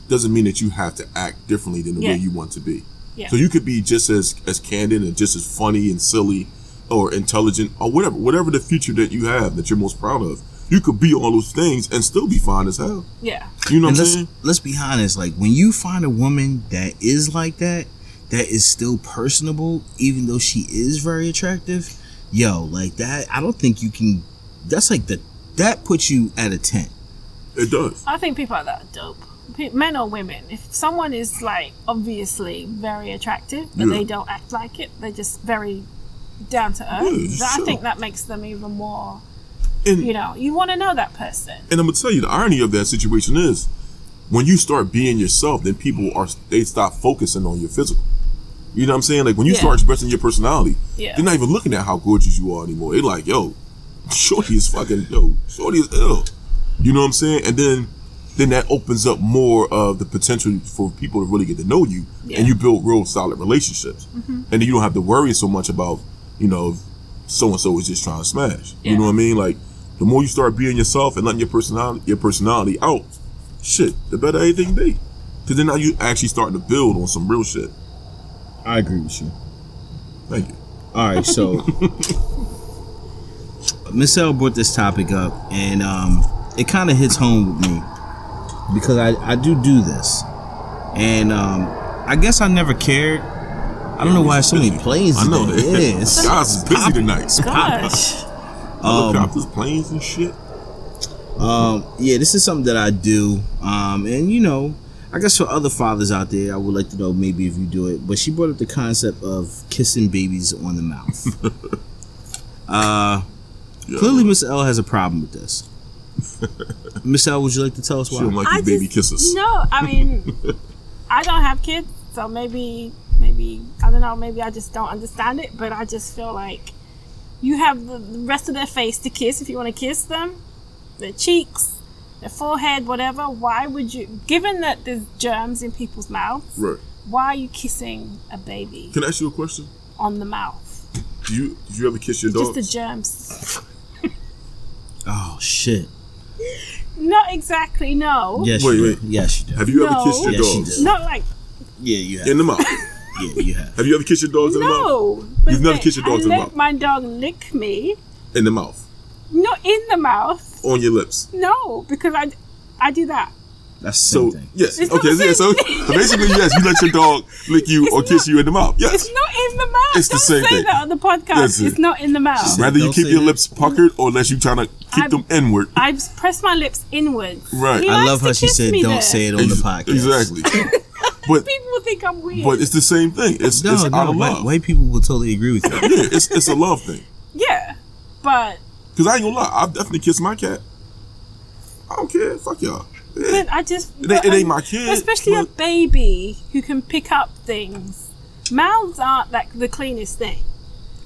S1: doesn't mean that you have to act differently than the
S2: Yeah.
S1: way you want to be.
S2: Yeah.
S1: So you could be just as as candid and just as funny and silly, or intelligent, or whatever, whatever the future that you have that you're most proud of. You could be all those things and still be fine as hell.
S2: Yeah.
S1: You know
S3: and
S1: what I'm
S3: let's
S1: saying?
S3: let's be honest. Like when you find a woman that is like that, that is still personable, even though she is very attractive. Yo, like that. I don't think you can. That's like the that puts you at a ten.
S1: It does.
S2: I think people like that are dope. Pe- Men or women, if someone is like obviously very attractive, but
S1: Yeah.
S2: they don't act like it, they're just very down to earth.
S1: Yeah,
S2: that- I
S1: sure.
S2: think that makes them even more.
S1: And
S2: You know, you want to know that person.
S1: and I'm gonna tell you the irony of that situation is when you start being yourself, then people are they stop focusing on your physical. You know what I'm saying? Like when you
S2: Yeah.
S1: start expressing your personality,
S2: Yeah.
S1: they're not even looking at how gorgeous you are anymore. They're like, yo, [laughs] shorty is fucking yo, shorty is ill. You know what I'm saying? And then then that opens up more of the potential for people to really get to know you,
S2: Yeah. Mm-hmm.
S1: and you build real solid relationships, and then you don't have to worry so much about you know so and so is just trying to smash.
S2: Yeah.
S1: You know what I mean? Like the more you start being yourself and letting your personality your personality out, shit, the better everything be. Cause then now you actually starting to build on some real shit.
S3: I agree with you.
S1: Thank you.
S3: All right, so [laughs] Miss L brought this topic up, and um, it kind of hits home with me because I, I do do this, and um, I guess I never cared. I don't know why so many plays.
S1: I know that.
S3: today. Yeah,
S1: [laughs]
S3: it's-
S1: Guys is busy tonight.
S2: Gosh.
S1: Helicopters, planes, and shit.
S3: Um, yeah, this is something that I do. Um, and you know, I guess for other fathers out there, I would like to know maybe if you do it. But she brought up the concept of kissing babies on the
S1: [laughs]
S3: mouth. uh,
S1: Yeah.
S3: clearly, Miss L has a problem with
S1: [laughs]
S3: this. Miss L, would you like to tell us
S1: She
S3: why?
S1: don't like
S2: I
S1: your baby
S2: just-
S1: kisses.
S2: No, I
S1: [laughs]
S2: mean, I don't have kids, so maybe, maybe I don't know. Maybe I just don't understand it, but I just feel like you have the the rest of their face to kiss if you want to kiss them, their cheeks, their forehead, whatever. Why would you? Given that there's germs in people's mouths,
S1: Right.
S2: why are you kissing a baby
S1: Can I ask you a question?
S2: on the mouth?
S1: Do you did you ever kiss your
S2: Just
S1: dog?
S2: the germs.
S3: oh shit!
S2: Not exactly. No.
S3: Yes,
S1: Wait,
S3: you
S1: wait.
S3: Do. Yes, you do.
S1: Have you ever
S2: No.
S1: kissed your
S3: Yeah, she
S1: dogs?
S3: did.
S2: Not like
S3: yeah, you have.
S1: In the mouth.
S2: [laughs]
S3: yeah, you have.
S1: Have you ever kissed your dogs in the mouth?
S2: no. But
S1: You've never
S2: they-
S1: kissed your dog
S2: I
S1: to the
S2: let
S1: mouth?
S2: My dog lick me.
S1: In the mouth.
S2: Not in the mouth.
S1: On your lips.
S2: No, because I, I do that.
S3: That's the
S1: So
S3: same thing.
S1: yes,
S2: It's
S1: okay,
S2: not the
S1: yeah, so,
S2: same.
S1: so [laughs] basically yes, you let your dog lick you or kiss you in the mouth.
S2: It's
S1: Yes.
S2: not in the mouth.
S1: It's the
S2: Don't
S1: same
S2: say
S1: thing.
S2: that on the podcast.
S1: That's it.
S2: It's not in the mouth.
S1: Rather you
S3: Don't
S1: keep
S3: say
S1: your
S3: that.
S1: lips puckered or unless you trying to keep
S2: I'm-
S1: them inward.
S2: I just press my lips inwards.
S1: Right.
S2: He
S1: I
S3: I
S2: likes
S3: love
S2: to
S3: how she
S2: kiss
S3: said,
S2: me
S3: "Don't
S2: there.
S3: say it on the
S2: [laughs]
S3: podcast."
S1: Exactly. but
S2: People think I'm weird.
S1: but it's the same thing. It's,
S3: No,
S1: it's out
S3: no,
S1: of
S3: white,
S1: love.
S3: white people will totally agree with you.
S1: Yeah, it's it's a love thing.
S2: yeah, but
S1: Cause I ain't gonna lie, I've definitely kissed my cat. I don't care. Fuck y'all.
S2: But I just
S1: It ain't,
S2: but
S1: it ain't
S2: I-
S1: my kid.
S2: especially a
S1: but
S2: baby who can pick up things. Mouths aren't like the cleanest thing.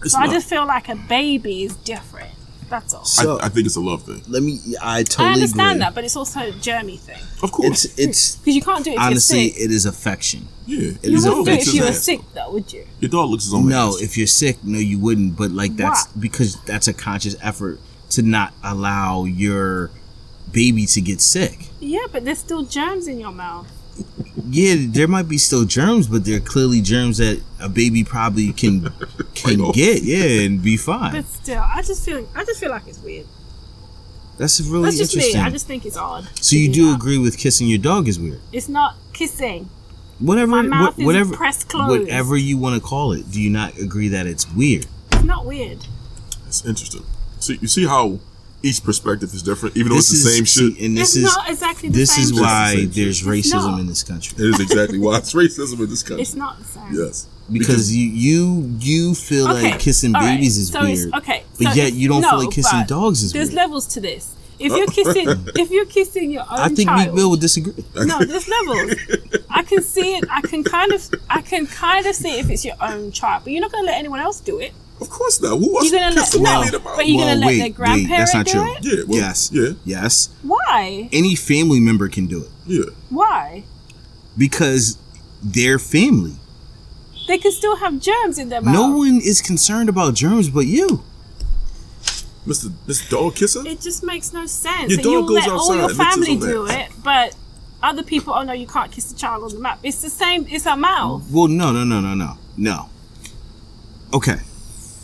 S1: it's
S2: So I
S1: not.
S2: just feel like a baby is different. That's all.
S1: I,
S3: So-
S1: I think it's a love thing.
S3: Let me. I totally
S2: I understand
S3: agree.
S2: that, but it's also a germy thing
S1: Of course.
S3: It's it's
S2: because you can't do it if
S3: honestly
S2: you're sick.
S3: it is affection.
S1: yeah.
S3: it
S2: You
S3: is
S2: wouldn't do it if
S3: affects
S2: you were
S1: His ass.
S2: sick, though, would you?
S1: Your dog looks his own
S3: no,
S1: ass.
S3: if you're sick, no, you wouldn't. But like that's
S2: Why?
S3: because that's a conscious effort to not allow your baby to get sick.
S2: Yeah, but there's still germs in your mouth.
S3: Yeah, there might be still germs, but they're clearly germs that a baby probably can can
S1: off.
S3: get. Yeah, and be fine.
S2: But still, I just feel I just feel like it's weird.
S3: That's really
S2: That's just me.
S3: interesting.
S2: I just uh, think it's odd.
S3: so
S2: to
S3: you do
S2: that.
S3: agree with kissing your dog is weird.
S2: It's not kissing.
S3: Whatever,
S2: My mouth
S3: wha-
S2: is
S3: whatever,
S2: pressed closed.
S3: whatever you want to call it. Do you not agree that it's weird?
S2: It's not weird.
S1: That's interesting. See, you see how each perspective is different, even though it's the
S3: is-
S1: same
S3: see,
S1: shit.
S3: and this
S2: it's
S3: is
S2: not exactly the
S3: this
S2: same.
S3: is
S2: thing.
S3: why
S1: It's the same
S3: there's
S1: shit.
S2: It's
S3: racism
S2: not.
S3: in this country
S1: It is exactly why it's [laughs] racism in this country.
S2: it's not the same.
S1: yes.
S3: because you you you feel
S2: Okay,
S3: like kissing
S2: all right,
S3: babies is
S2: so it's-
S3: weird,
S2: okay,
S3: but
S2: so
S3: yet
S2: it's-
S3: you don't
S2: no,
S3: feel like kissing
S2: but
S3: dogs is
S2: There's
S3: weird.
S2: levels to this. If you're kissing, if you're kissing your own
S3: I think
S2: child,
S3: Meek Mill would disagree.
S2: no, there's levels. I can see it. I can kind of, I can kind of see if it's your own child, but you're not gonna let anyone else do it.
S1: Of course not. Who wants
S2: You're gonna
S1: to kiss
S2: let- no,
S1: somebody in the mouth?
S2: but you- gonna let their grandparent
S3: that's not
S2: do
S3: true.
S2: it?
S1: Yeah, well,
S3: yes,
S1: yeah.
S3: yes.
S2: Why?
S3: Any family member can do it
S1: Yeah.
S2: Why?
S3: because they're family.
S2: They can still have germs in their mouth.
S3: No one is concerned about germs but you.
S1: Mr. Mr. Dog Kisser?
S2: It just makes no sense.
S1: Your
S2: that you
S1: dog goes
S2: let all
S1: outside
S2: your
S1: and licks
S2: family
S1: his
S2: do
S1: own
S2: it, but other people, oh no, you can't kiss the child on the mouth. It's the same. It's a mouth.
S3: Well, no, no, no, no, no, no. Okay,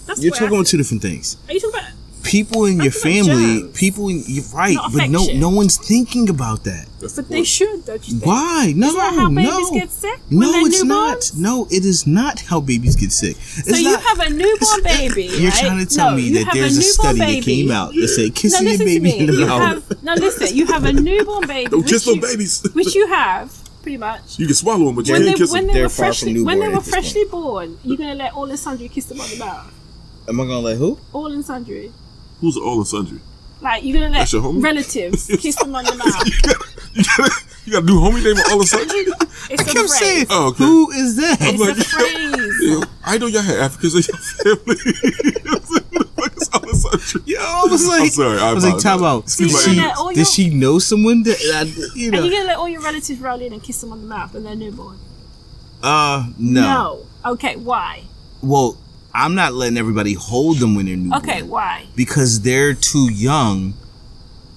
S2: That's
S3: you're
S2: what
S3: talking
S2: I,
S3: about two different things.
S2: Are you talking about?
S3: People in your
S2: talking about
S3: family,
S2: germs.
S3: people in you're right,
S2: Not
S3: but no,
S2: affection.
S3: no one's thinking about that.
S1: That's
S2: But
S1: the
S2: they
S1: point.
S2: should, don't you think?
S3: Why? No,
S2: Isn't that how babies
S3: no.
S2: get sick when
S3: No,
S2: they're
S3: it's not.
S2: newborns?
S3: No, it is not how babies get sick. It's
S2: So you
S3: not- uh,
S2: have a newborn baby.
S3: You're
S2: right?
S3: trying to tell
S2: No,
S3: me
S2: you
S3: that
S2: have
S3: there's a,
S2: newborn
S3: study that came
S2: baby.
S3: out that said
S2: No,
S3: kissing your
S2: listen to
S3: baby in
S2: me.
S3: the
S2: You
S3: mouth.
S2: have, no, listen. You have a
S3: [laughs]
S2: newborn baby.
S1: Don't
S2: which
S1: kiss no
S2: you-
S1: babies. [laughs]
S2: Which you have, pretty much.
S1: You can swallow them, but you
S2: When they,
S1: can't kiss
S2: when they
S1: them.
S3: They're
S2: were
S3: far from
S2: freshly when they
S3: newborn
S2: were
S3: at this point.
S2: freshly born, you're gonna let all and sundry kiss them on the mouth.
S3: Am I gonna let who?
S2: All and sundry.
S1: Who's all and sundry?
S2: Like you're gonna let
S1: That's your homie? [laughs]
S2: relatives kiss them on the mouth.
S1: you gotta, you gotta, you gotta do homie name with all
S2: [laughs]
S1: and sundry?
S2: It's
S3: I
S2: a
S3: kept
S2: phrase.
S3: saying,
S1: Oh, okay.
S3: who is that?
S2: It's
S1: like-
S2: a phrase.
S1: [laughs] Yeah, I know y'all had Africans in your [laughs] family. it's all and sundry.
S3: Yo, I was like,
S1: I'm sorry, I
S3: was like, time
S1: apologize.
S3: out. Did
S1: Excuse
S2: me.
S3: she,
S2: Yeah, all
S3: did
S2: your-
S3: she know
S2: [laughs]
S3: someone that I, you
S2: Are you
S3: know?
S2: gonna let all your relatives roll in and kiss them on the mouth when they're newborn?
S3: Uh, no.
S2: No. Okay, why?
S3: Well, I'm not letting everybody hold them when they're newborn.
S2: Okay, why?
S3: because they're too young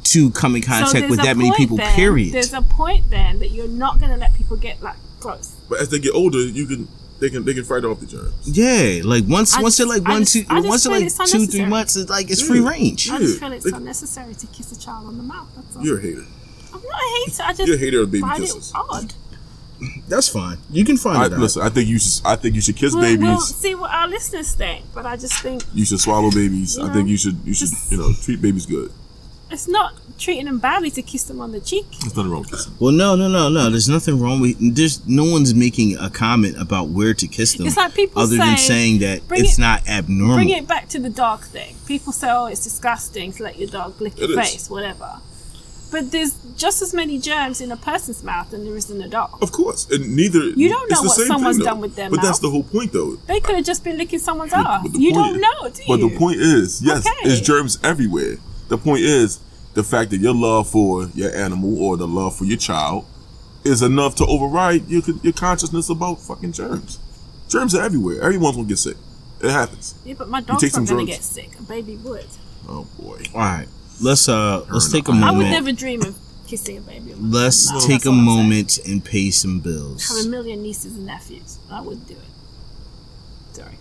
S3: to come in contact
S2: there's
S3: with
S2: a
S3: that many
S2: point
S3: people.
S2: then-
S3: period.
S2: There's a point then that you're not gonna let people get like close.
S1: But as they get older, you can they can they can fight off the germs.
S3: Yeah, like once
S2: I
S3: once
S2: just-
S3: they're like
S2: I
S3: one
S2: just-
S3: two
S2: I just
S3: once they're
S2: feel
S3: like
S2: it's
S3: two three
S2: unnecessary.
S3: months it's like it's
S1: Yeah.
S3: free range.
S2: I just
S1: Yeah,
S2: feel it's
S1: like-
S2: unnecessary to kiss a child on the mouth. That's all.
S1: You're a hater.
S2: I'm not a hater. I just
S1: You're a hater of baby
S2: find
S1: kisses.
S2: it odd.
S3: That's fine. You can find
S1: I,
S3: it. out.
S1: listen, I think you should. I think you should kiss
S2: We'll,
S1: babies.
S2: we'll see what our listeners think, but I just think
S1: You should swallow babies. I
S2: Yeah.
S1: think you should. You should. You know, treat babies good.
S2: it's not treating them badly to kiss them on the cheek.
S1: There's nothing wrong with kissing.
S3: Well, no, no, no, no. There's nothing wrong with. There's no one's making a comment about where to kiss them.
S2: It's like people
S3: other than
S2: say,
S3: saying that
S2: "Bring
S3: it's
S2: it-
S3: not abnormal.
S1: Um,
S2: Bring it back to the dog thing. People say, "Oh, it's disgusting to let your dog lick your
S1: It is.
S2: face, whatever." But there's just as many germs in a person's mouth than there is in a dog.
S1: Of course, and neither
S2: You don't
S1: it's
S2: know
S1: the
S2: what
S1: same
S2: someone's
S1: thing, though.
S2: done with their
S1: But that's
S2: mouth.
S1: the whole point, though.
S2: They could have just been licking someone's
S1: But
S2: ass.
S1: the
S2: You don't
S1: point-
S2: know, do you?
S1: But the point is, yes,
S2: Okay.
S1: it's germs everywhere. The point is, the fact that your love for your animal or the love for your child is enough to override your con- your consciousness about fucking germs. Germs are everywhere. Everyone's gonna get sick. It happens.
S2: yeah, but my
S1: take
S2: dog's
S1: some
S2: not going to
S1: drugs.
S2: get sick. A baby would.
S1: Oh boy.
S3: All right. Let's uh let's take a
S1: enough.
S2: I would
S3: moment.
S2: never dream of kissing a baby. on my
S3: let's
S2: mouth.
S3: take
S2: That's
S3: a
S2: all I'm saying.
S3: moment and pay some
S2: I have
S3: bills.
S2: a million nieces and nephews. I wouldn't do it. Sorry.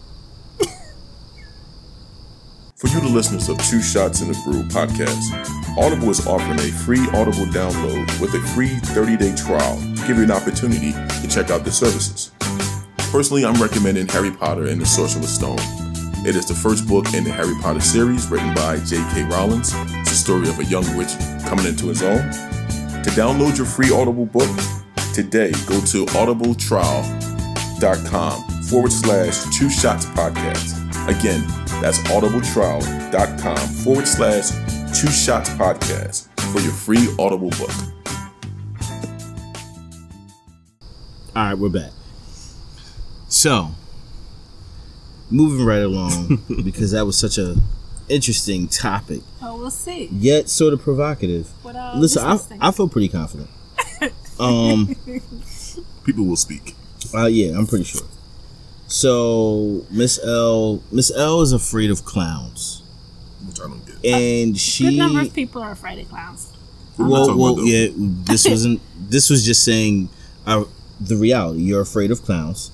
S1: For you, the listeners of Two Shots in the Brew podcast, Audible is offering a free Audible download with a free 30 day trial to give you an opportunity to check out their services. Personally, I'm recommending Harry Potter and the Sorcerer's Stone. It is the first book in the Harry Potter series written by J.K. Rowling. It's the story of a young witch coming into his own. To download your free Audible book today, go to audibletrial.com audibletrial.com forward slash two shots podcast. Again, that's audibletrial.com forward slash two shots podcast for your free audible book.
S3: All right, we're back. So, moving right
S1: [laughs]
S3: along because that was such a interesting topic,
S2: Oh, we'll see.
S3: yet sort of provocative.
S2: What uh,
S3: Listen, I,
S2: business thing.
S3: I feel
S2: [laughs]
S3: pretty confident. Um,
S1: People will speak.
S3: uh, yeah, I'm pretty sure. So Miss L, Miss L is afraid of clowns,
S1: Which I don't get.
S3: and she
S2: Oh, Good number of people are afraid of clowns.
S1: We're not
S3: Well,
S1: talking
S3: well,
S1: about those.
S3: yeah.
S2: [laughs]
S3: This wasn't. This was just saying uh, the reality. You're afraid of clowns.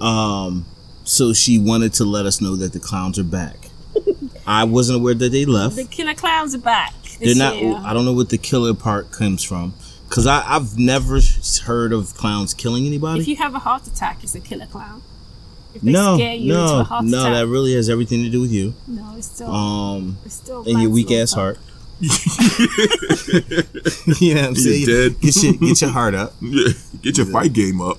S3: Um, so she wanted to let us know that the clowns are back.
S2: [laughs]
S3: I wasn't aware that they left.
S2: The killer clowns are back.
S3: They're
S2: This
S3: not.
S2: Year.
S3: I don't know what the killer part comes from, because I've never heard of clowns killing anybody.
S2: if you have a heart attack, it's a killer clown. If they
S3: no,
S2: scare you into a
S3: no,
S2: heart
S3: no.
S2: attack, Oh.
S3: That really has everything to do with you.
S2: no, it's still,
S3: Um,
S2: it's still
S3: and your weak ass
S1: [laughs]
S2: manslaughter.
S3: heart. you know what I'm saying?
S1: dead.
S3: Get your get your heart up.
S1: Yeah, [laughs] get your fight game up.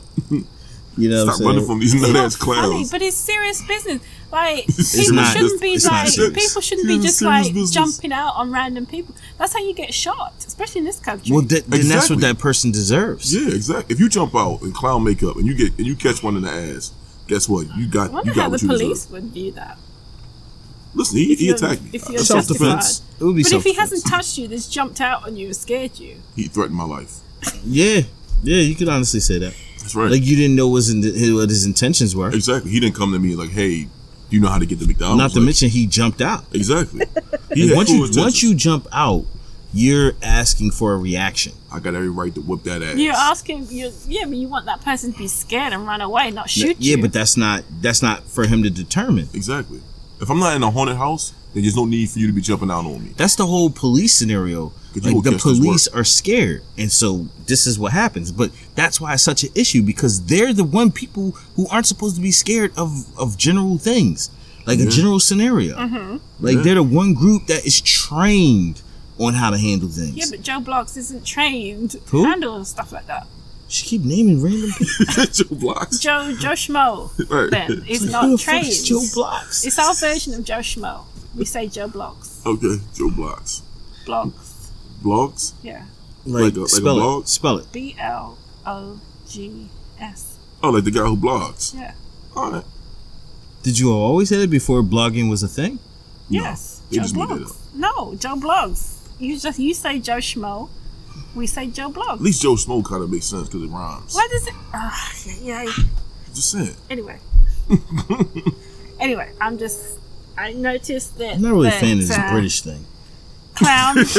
S3: You know what I'm
S1: Stop
S3: saying?
S1: running from these nut ass
S2: Not funny,
S1: clowns.
S2: but it's serious business. Like people
S3: not-
S2: shouldn't be
S3: it's not
S2: like
S3: serious.
S2: people shouldn't be
S1: It's
S2: just
S1: serious
S2: like
S1: business.
S2: jumping out on random people. That's how you get shot, especially in this country.
S3: Well, that, then that's what
S1: Exactly.
S3: that person deserves.
S1: Yeah, exactly. If you jump out in clown makeup and you get and you catch one in the ass, guess what? You
S2: I
S1: got
S2: wonder
S1: you got
S2: how the
S1: what you
S2: police
S1: deserve.
S2: would view that.
S1: Listen, he,
S2: if
S1: he
S2: you're-
S1: attacked me.
S2: if you're
S1: Uh,
S2: just-
S3: Self defense. It would be
S2: But if he
S3: self-defense.
S2: hasn't touched you, that's jumped out on you and scared you.
S1: he threatened my life.
S3: yeah, yeah, you could honestly say that.
S1: That's right.
S3: Like you didn't know was in his, what his intentions were.
S1: exactly. He didn't come to me like, "Hey, do you know how to get to McDonald's?"
S3: Not to
S1: Like,
S3: mention he jumped out. [laughs]
S1: Exactly. He
S3: And
S1: had
S3: once
S1: full
S3: you
S1: intentions.
S3: once you jump out, you're asking for a reaction.
S1: I got every right to whoop that ass.
S2: You're asking, you yeah, but you want that person to be scared and run away, not shoot
S3: yeah,
S2: you.
S3: but that's not that's not for him to determine.
S1: Exactly. If I'm not in a haunted house, then there's no need for you to be jumping
S3: [laughs]
S1: out on me.
S3: That's the whole police scenario.
S1: Could you
S3: Like the
S1: guess this
S3: police are scared, and so this is what happens. But that's why it's such an issue because they're the one people who aren't supposed to be scared of of general things, like a general scenario.
S2: Mm-hmm.
S3: Like
S1: Yeah.
S3: they're the one group that is trained on how to handle things.
S2: yeah, but Joe Bloggs isn't trained to
S3: Who?
S2: handle stuff like that.
S3: she keep
S2: [laughs]
S3: naming random people.
S1: Joe blocks.
S2: Joe Joe
S3: [laughs]
S2: Schmo
S1: Right.
S2: then is
S3: Like, who
S2: not
S3: the [laughs] fuck
S2: trained.
S3: is Joe Blocks?
S2: It's our version of Joe Schmo. We say Joe Bloggs.
S1: [laughs] Okay, Joe blocks.
S2: Bloggs.
S1: Blogs.
S2: Yeah.
S1: like a- like a
S3: spell
S1: blog?
S3: it. Spell it.
S2: B L O G S.
S1: Oh, like the guy who blogs.
S2: Yeah.
S1: All right.
S3: Did you always say it before blogging was a thing?
S2: Yes.
S1: they
S2: Joe
S1: just made that
S2: Bloggs. No, Joe Bloggs. You just you say Joe Schmo. We say Joe Bloggs.
S1: At least Joe Smoke kind of makes sense because it rhymes.
S2: Why does it? Ah, yeah, yeah.
S1: Just saying.
S2: Anyway. [laughs] anyway, I'm just. I noticed that.
S3: I'm not really a
S2: that,
S3: fan of this
S2: uh,
S3: British thing.
S2: [laughs]
S1: [laughs]
S2: clowns.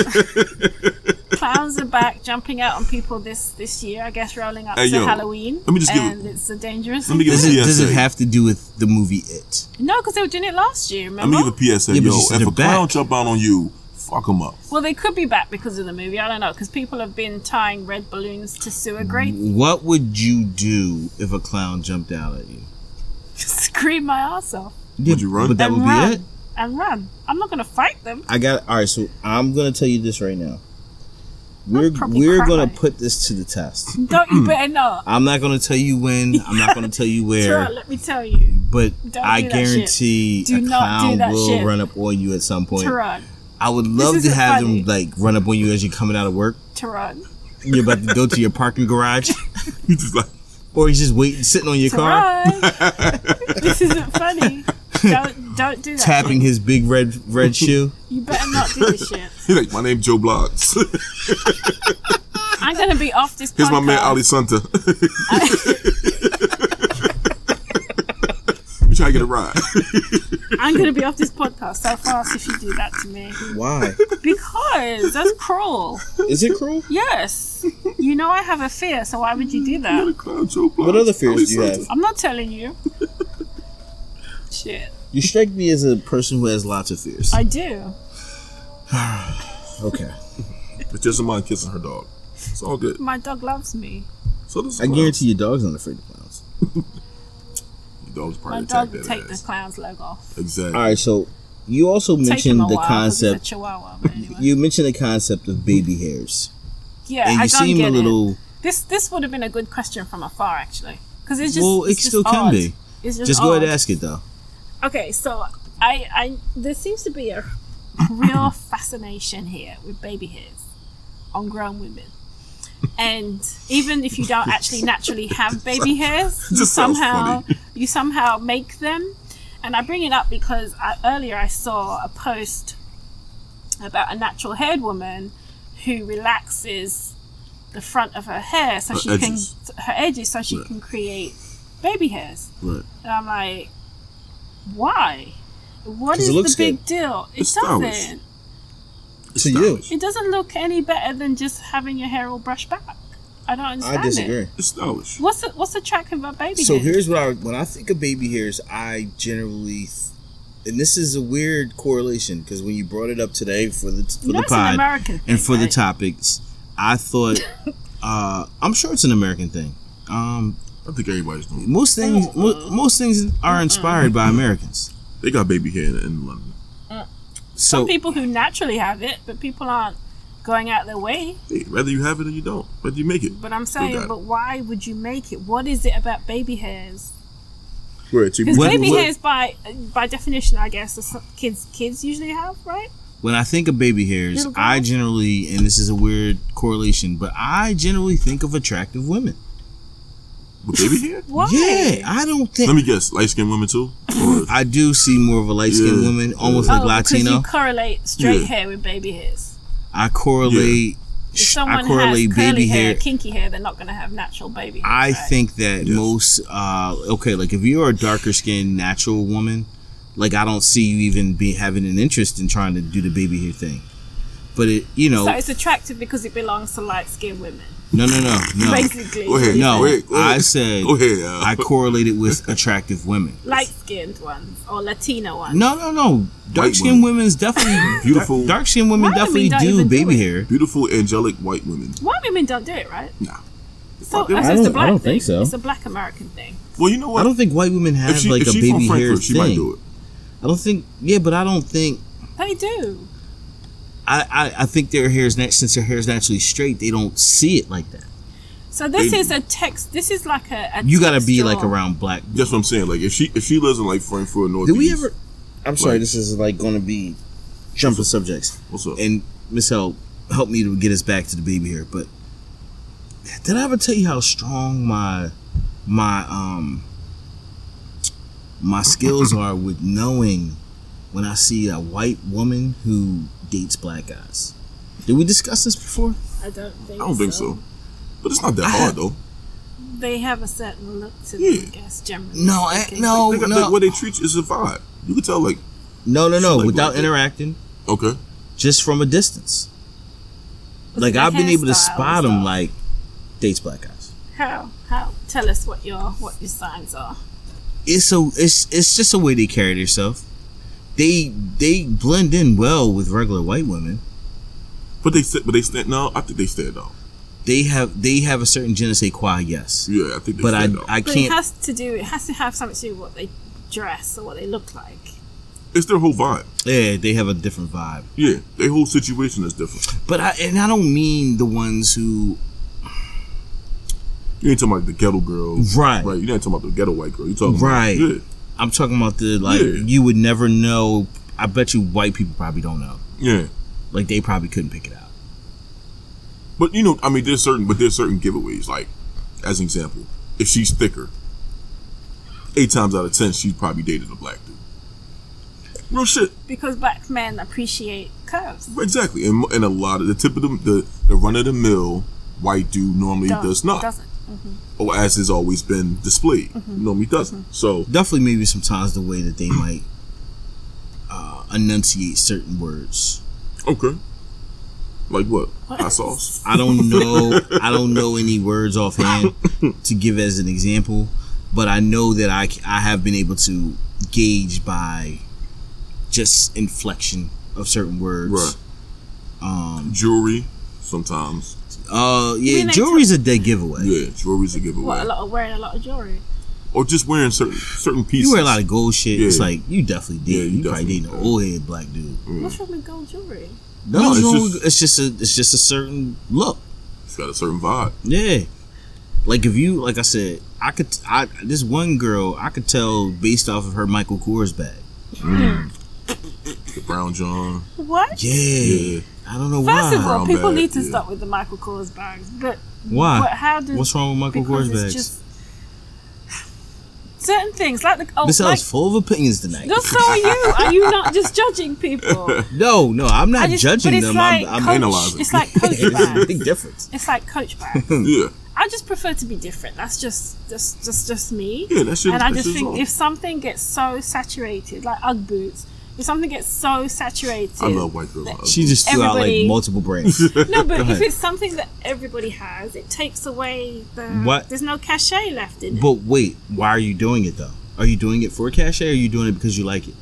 S2: clowns are back, jumping out on people this this year. I guess rolling up
S1: Hey,
S2: to
S1: yo,
S2: Halloween.
S1: let me just give
S2: and it's a dangerous.
S1: Let me give
S3: Does it,
S1: a
S3: does
S1: PSA.
S3: it have to do with the movie It?
S2: no, because they were doing it last year.
S1: Let me
S2: Remember?
S1: give a PSA.
S3: Yeah, but
S1: Yo,
S3: you said
S1: if
S3: they're
S1: a clown
S3: back.
S1: jump out on you, fuck him up. [laughs]
S2: well, they could be back because of the movie. I don't know because people have been tying red balloons to sewer grates. [laughs]
S3: What would you do if a clown jumped out at you?
S2: Scream my ass off
S3: Yeah,
S1: you run?
S3: But that
S2: And
S3: would
S2: run.
S3: be it.
S2: and run. I'm not going to fight them.
S3: I got all right. So I'm gonna tell you this right now. We're
S2: probably
S3: we're
S2: cry.
S3: gonna put this to the test.
S2: Don't
S1: [clears throat]
S2: you better not.
S3: I'm not gonna tell you
S2: [laughs]
S3: when. I'm not gonna tell you
S2: Sure,
S3: where.
S2: let me tell you.
S3: But
S2: Don't
S3: I
S2: do that
S3: guarantee
S2: shit.
S3: a
S2: Do not do
S3: clown
S2: that
S3: will
S2: shit.
S3: run up on you at some point.
S2: To run,
S3: I would love to
S2: isn't
S3: have
S2: funny.
S3: them like run up on you as you're coming out of work.
S2: to run,
S3: You're about to go to your parking
S2: [laughs]
S3: garage,
S1: He's just like,
S3: or he's just waiting, sitting on your
S2: to
S3: car.
S2: run.
S1: [laughs]
S2: this isn't funny. Don't don't do that.
S3: tapping his big red
S2: [laughs]
S3: red shoe.
S2: You better not do this shit.
S1: he like, my name Joe [laughs] Bloggs.
S2: I'm gonna be off this.
S1: Here's my
S2: podcast.
S1: man Ali Santa. [laughs] we try to get a ride.
S2: I'm gonna be off this podcast so fast if you do that to me.
S3: Why?
S2: Because that's cruel.
S3: Is it cruel?
S2: Yes. You know I have a fear, so why would you do that?
S1: Clown Joe Bloggs.
S3: What other fears
S1: Ali
S3: do you have?
S1: Santa.
S2: I'm not telling you. Shit.
S3: You strike me as a person who has lots of fears.
S2: I do.
S3: okay.
S1: It's just a mind kissing her dog. It's all good.
S2: My dog loves me.
S1: So this
S3: I guarantee your dog's not afraid of clowns.
S1: your dog's
S2: My
S1: probably
S2: dog
S1: attacked
S2: will
S1: that
S2: take the
S1: ass.
S2: clown's leg off.
S1: Exactly.
S3: All right, so you also
S2: Take him
S3: mentioned
S2: a
S3: the
S2: while 'cause he's a
S3: concept.
S2: chihuahua, but anyway.
S3: You mentioned the concept of baby hairs,
S2: yeah,
S3: and
S2: I
S3: you
S2: don't
S3: seem
S2: get
S3: a little
S2: it. This this would have been a good question from afar actually, because it's just
S3: well. It
S2: it's just
S3: still can
S2: odd.
S3: be.
S2: It's just,
S3: Just go ahead
S2: odd.
S3: and ask it though.
S2: Okay, so I, I there seems to be a
S1: [laughs]
S2: real fascination here with baby hairs on grown women. and even if you don't actually naturally
S1: [laughs]
S2: have baby hairs, you
S1: Just sounds
S2: somehow
S1: funny.
S2: you somehow make them. And I bring it up because I, earlier I saw a post about a natural haired woman who relaxes the front of her hair so
S1: Her
S2: she
S1: edges.
S2: can her edges so she
S1: Right.
S2: can create baby hairs.
S1: Right.
S2: And I'm like, why? What
S3: 'Cause
S2: is
S3: it looks
S2: the big
S3: good.
S2: deal? It
S1: It's
S2: doesn't.
S1: stylish.
S3: To you.
S2: It doesn't look any better than just having your hair all brushed back. I don't understand.
S3: I
S2: It.
S3: disagree.
S1: It's stylish.
S2: What's the, what's attractive about baby
S3: So
S2: hair?
S3: here's what I when I think of baby hairs, I generally, th- and this is a weird correlation because when you brought it up today for the for
S2: you know
S3: the
S2: it's an
S3: pod
S2: American thing,
S3: and for the
S2: right?
S3: topics,
S2: [laughs]
S3: I thought, uh, I'm sure it's an American thing. Um,
S1: I think everybody's doing.
S3: most things
S2: Oh.
S3: mo- most things are inspired by Americans.
S1: It. They got baby hair in, in London.
S3: So
S2: Some people who naturally have it, but people aren't going out their way.
S1: Hey, whether you have it or you don't, whether you make it.
S2: But I'm
S1: They got
S2: saying,
S1: it.
S2: but why would you make it? What is it about baby hairs?
S1: Right, so you-
S2: Because
S3: What-
S2: baby
S3: what-
S2: hairs, by by definition, I guess, is some- kids kids usually have, right?
S3: when I think of baby hairs,
S2: Little girl?
S3: I generally and this is a weird correlation, but I generally think of attractive women.
S1: with baby hair?
S2: Why?
S3: Yeah, I don't think
S1: Let me guess, light skinned women
S3: [laughs]
S1: too? Or
S3: I do see more of a light skinned
S1: Yeah.
S3: woman, almost
S2: Oh,
S3: like
S2: because
S3: Latino.
S2: you correlate straight
S1: Yeah.
S2: hair with baby hairs.
S3: I correlate.
S2: If someone
S3: I correlate
S2: has curly
S3: baby
S2: hair,
S3: hair.
S2: kinky hair, they're not going to have natural baby hair.
S3: I
S2: right?
S3: think that
S1: Yes.
S3: most uh, okay, like if you're a darker skinned natural woman, like I don't see you even be having an interest in trying to do the baby hair thing. But it, you know,
S2: So it's attractive because it belongs to light skinned women.
S3: no, no, no, [laughs] no,
S2: Basically.
S1: Go ahead.
S3: no.
S1: Go ahead, go ahead.
S3: I said
S1: Go ahead, uh, Al.
S3: I correlated with attractive women.
S2: Light skinned ones or Latina ones.
S3: No, no, no. Dark skinned
S1: women.
S3: women's definitely
S1: [laughs] Beautiful.
S3: Dark skinned women
S2: Why do we
S3: definitely
S2: not
S3: do
S2: even do
S3: baby
S2: it?
S3: hair.
S1: beautiful angelic white women.
S2: White women don't do it, right?
S1: Nah.
S2: So,
S1: I
S2: so it's a
S3: don't- I
S2: black
S3: don't
S2: thing.
S3: think so.
S2: It's a black American thing.
S1: Well, you know
S3: I
S1: what?
S3: don't think white women have
S1: If she,
S3: like
S1: if
S3: a
S1: she
S3: baby
S1: from
S3: hair
S1: Frankfurt, she might
S3: thing.
S1: do it.
S3: I don't think. Yeah, but I don't think.
S2: They do.
S3: I, I, I think their hair is nat- since their hair is naturally straight, they don't see it like that.
S2: So this
S1: They-
S2: is a text. This is like a. a
S3: You got to be
S2: textual-
S3: like around black.
S1: That's what I'm saying. Like if she if she lives in like Frankfurt, North.
S3: Did we ever? I'm sorry,
S1: Like-
S3: this is like going to be jumping subjects.
S1: What's up?
S3: And Miss Help, help me to get us back to the baby hair. But did I ever tell you how strong my my um my skills are with knowing when I see a white woman who dates black guys? Did we discuss this before?
S2: I don't think.
S1: I don't think so. But it's not that hard though.
S2: They have a certain look to them,
S1: Yeah.
S2: I guess, generally.
S3: No, I,
S2: speaking.
S3: no,
S1: they got,
S3: no.
S1: like, what they treat you is a vibe. You can tell like
S3: No, no, no.
S1: Like,
S3: Without
S1: like-
S3: interacting,
S1: okay,
S3: just from a distance.
S2: Was
S3: like
S2: it
S3: I've been able to
S2: hairstyle
S3: spot them.
S2: stuff?
S3: Like dates black guys.
S2: How? How? Tell us what your what your signs are.
S3: It's a it's it's just a way they carry themselves. They they blend in well with regular white women.
S1: but they sit, but they stand. No, I think they stand out.
S3: They have they have a certain je ne sais quoi, yes.
S1: Yeah, I think Mm-hmm. they
S3: But I
S1: stand out.
S3: I
S2: But it
S3: can't.
S2: has to do. It has to have something to do with what they dress or what they look like.
S1: it's their whole vibe.
S3: Yeah, they have a different vibe.
S1: Yeah, their whole situation is different.
S3: But I and I don't mean the ones who
S1: You ain't talking about the ghetto girl,
S3: Right.
S1: Right. You're not talking about the ghetto white girl. You talking
S3: Right.
S1: About, yeah.
S3: I'm talking about. The like
S1: Yeah.
S3: you would never know. I bet you white people probably don't know.
S1: Yeah.
S3: Like they probably couldn't pick it out.
S1: But you know, I mean, there's certain, but there's certain giveaways. Like, as an example, if she's thicker, eight times out of ten, she's probably dated a black dude. Real shit,
S2: Because black men appreciate curves.
S1: exactly. And, and a lot of the tip of the the, the run of the mill white dude normally
S2: Don't-
S1: does Mm-hmm. not,
S2: Doesn't.
S1: or as has always been displayed, normally doesn't. So
S3: definitely maybe sometimes the way that they might uh, enunciate certain words.
S1: okay, like what hot sauce?
S3: I don't know. I don't know any words offhand to give as an example, but I know that I c- I have been able to gauge by just inflection of certain words.
S1: Right.
S3: Um.
S1: Jewelry sometimes.
S3: Uh.
S2: mean
S3: Yeah.
S2: like
S3: Jewelry's a dead giveaway.
S1: Yeah, jewelry's a giveaway.
S2: What a lot of wearing a lot of jewelry.
S1: or just wearing certain certain pieces.
S3: You wear a lot of gold shit. It's
S1: Yeah.
S3: like you definitely did.
S1: Yeah,
S3: you,
S1: you
S3: probably dating
S1: definitely
S3: an old head black dude.
S2: What's wrong with gold jewelry?
S3: No,
S1: No,
S3: it's,
S1: it's
S3: wrong
S1: just-
S3: with- it's just a it's just a certain look.
S1: It's got a certain
S3: [laughs]
S1: vibe.
S3: Yeah. Like if you like I said, I could I this one girl I could tell based off of her Michael Kors bag.
S1: The brown John.
S2: What?
S3: Yeah.
S1: Yeah.
S3: I don't know
S2: First
S3: why.
S2: of all,
S1: Brown
S2: people
S1: bag,
S2: need to
S1: yeah.
S2: stop with the Michael Kors bags. But
S3: Why?
S2: But how do?
S3: Ah, What's wrong with Michael
S2: because
S3: Kors
S2: it's
S3: bags?
S2: just- Certain things like the oh,
S3: this
S2: like,
S3: house full of opinions tonight.
S2: just so are you. Are you not just judging people?
S3: No, no, [laughs] I'm
S2: I
S3: not
S2: just- but
S3: judging
S2: it's
S3: them.
S2: Like
S3: I'm,
S2: coach, [laughs]
S3: I'm
S1: analyzing.
S2: It's like coach
S3: [laughs] There's a
S2: bags.
S3: big difference.
S2: It's like coach bags.
S1: [laughs] Hmm. Yeah.
S2: I just prefer to be different. That's just just just just me.
S1: Yeah, that's your-
S2: And I
S1: that's
S2: just
S1: your
S2: think
S1: zone.
S2: if something gets so saturated, like UGG boots, if something gets so saturated,
S1: I love white girls.
S3: She just threw out like
S2: Everybody- [laughs]
S3: multiple brands.
S2: no, but if
S3: ahead.
S2: it's something that everybody has, it takes away the
S3: What?
S2: There's no cachet left in it.
S3: but wait, why are you doing it though? Are you doing it for cachet? Or are you doing it because you like it?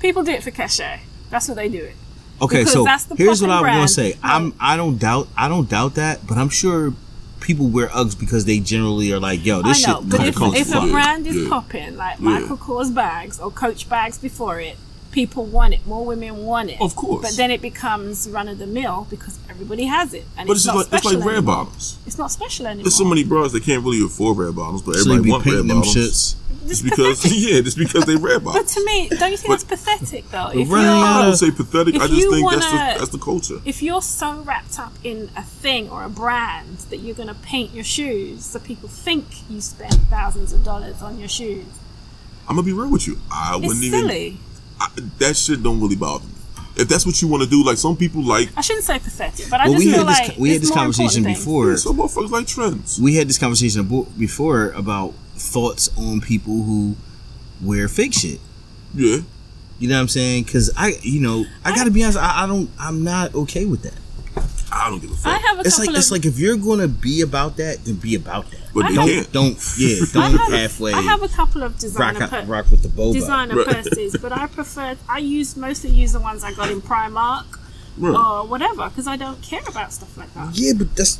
S2: People do it for cachet. That's what they do it.
S3: Okay,
S2: Because
S3: so
S2: that's the
S3: here's what
S2: fucking
S3: I'm gonna
S2: brand.
S3: say. I'm I don't doubt I don't doubt that, but I'm sure people wear Uggs because they generally are like, yo, this
S2: I know,
S3: shit
S2: but
S3: kinda
S2: if,
S3: comes
S2: if
S3: fuck.
S2: a brand is
S1: Yeah.
S2: popping, like
S1: Yeah.
S2: Michael Kors bags or Coach bags before it, people want it. More women want it.
S1: Of course.
S2: But then it becomes run of the mill because everybody has it. And
S1: But
S2: it's,
S1: it's,
S2: not
S1: just like it's
S2: special
S1: like red
S2: anymore.
S1: bottoms.
S2: It's not special anymore.
S1: There's so many bras that can't really afford red bottoms, but
S3: so they
S1: everybody
S3: be
S1: want
S3: painting
S1: red
S3: them
S1: bottoms.
S3: shits.
S1: Just because, [laughs] yeah, just because they red bottoms.
S2: But to me, don't you think that's pathetic though? If
S3: running
S2: you're-
S3: out
S1: I
S3: of-
S1: don't say pathetic.
S2: If
S1: I just
S2: you
S1: think that's
S2: wanna-
S1: the that's the culture.
S2: if you're so wrapped up in a thing or a brand that you're going to paint your shoes so people think you spent thousands of dollars on your shoes,
S1: I'm gonna be real with you. I
S2: it's
S1: wouldn't even.
S2: silly.
S1: I, that shit don't really bother me. If that's what you want to do, like some people like,
S2: I shouldn't say pathetic, but I
S3: Well,
S2: just
S3: we
S2: feel
S3: had this
S2: like
S3: we had
S2: it's
S3: this
S2: more
S3: conversation
S2: important things.
S3: before.
S1: some motherfuckers like trends.
S3: we had this conversation abo- before about thoughts on people who wear fake shit.
S1: Yeah,
S3: You know what I'm saying? Because I, you know, I gotta be honest. I, I don't. I'm not okay with that.
S1: I don't give a fuck.
S2: I have a
S3: It's
S2: couple
S3: like
S2: of
S3: it's like if you're gonna be about that, then be about that.
S1: but
S2: I
S1: they
S2: have-
S1: can't.
S3: Don't yeah.
S2: [laughs] I
S3: Don't
S2: have,
S3: halfway
S2: I have a couple of
S3: rock
S2: designer
S3: out-
S2: pur-
S3: rock with the boba.
S2: designer
S1: Right.
S2: purses, but I prefer I use mostly use the ones I got in Primark
S1: Right.
S2: or whatever because I don't care about stuff like that.
S3: Yeah, but that's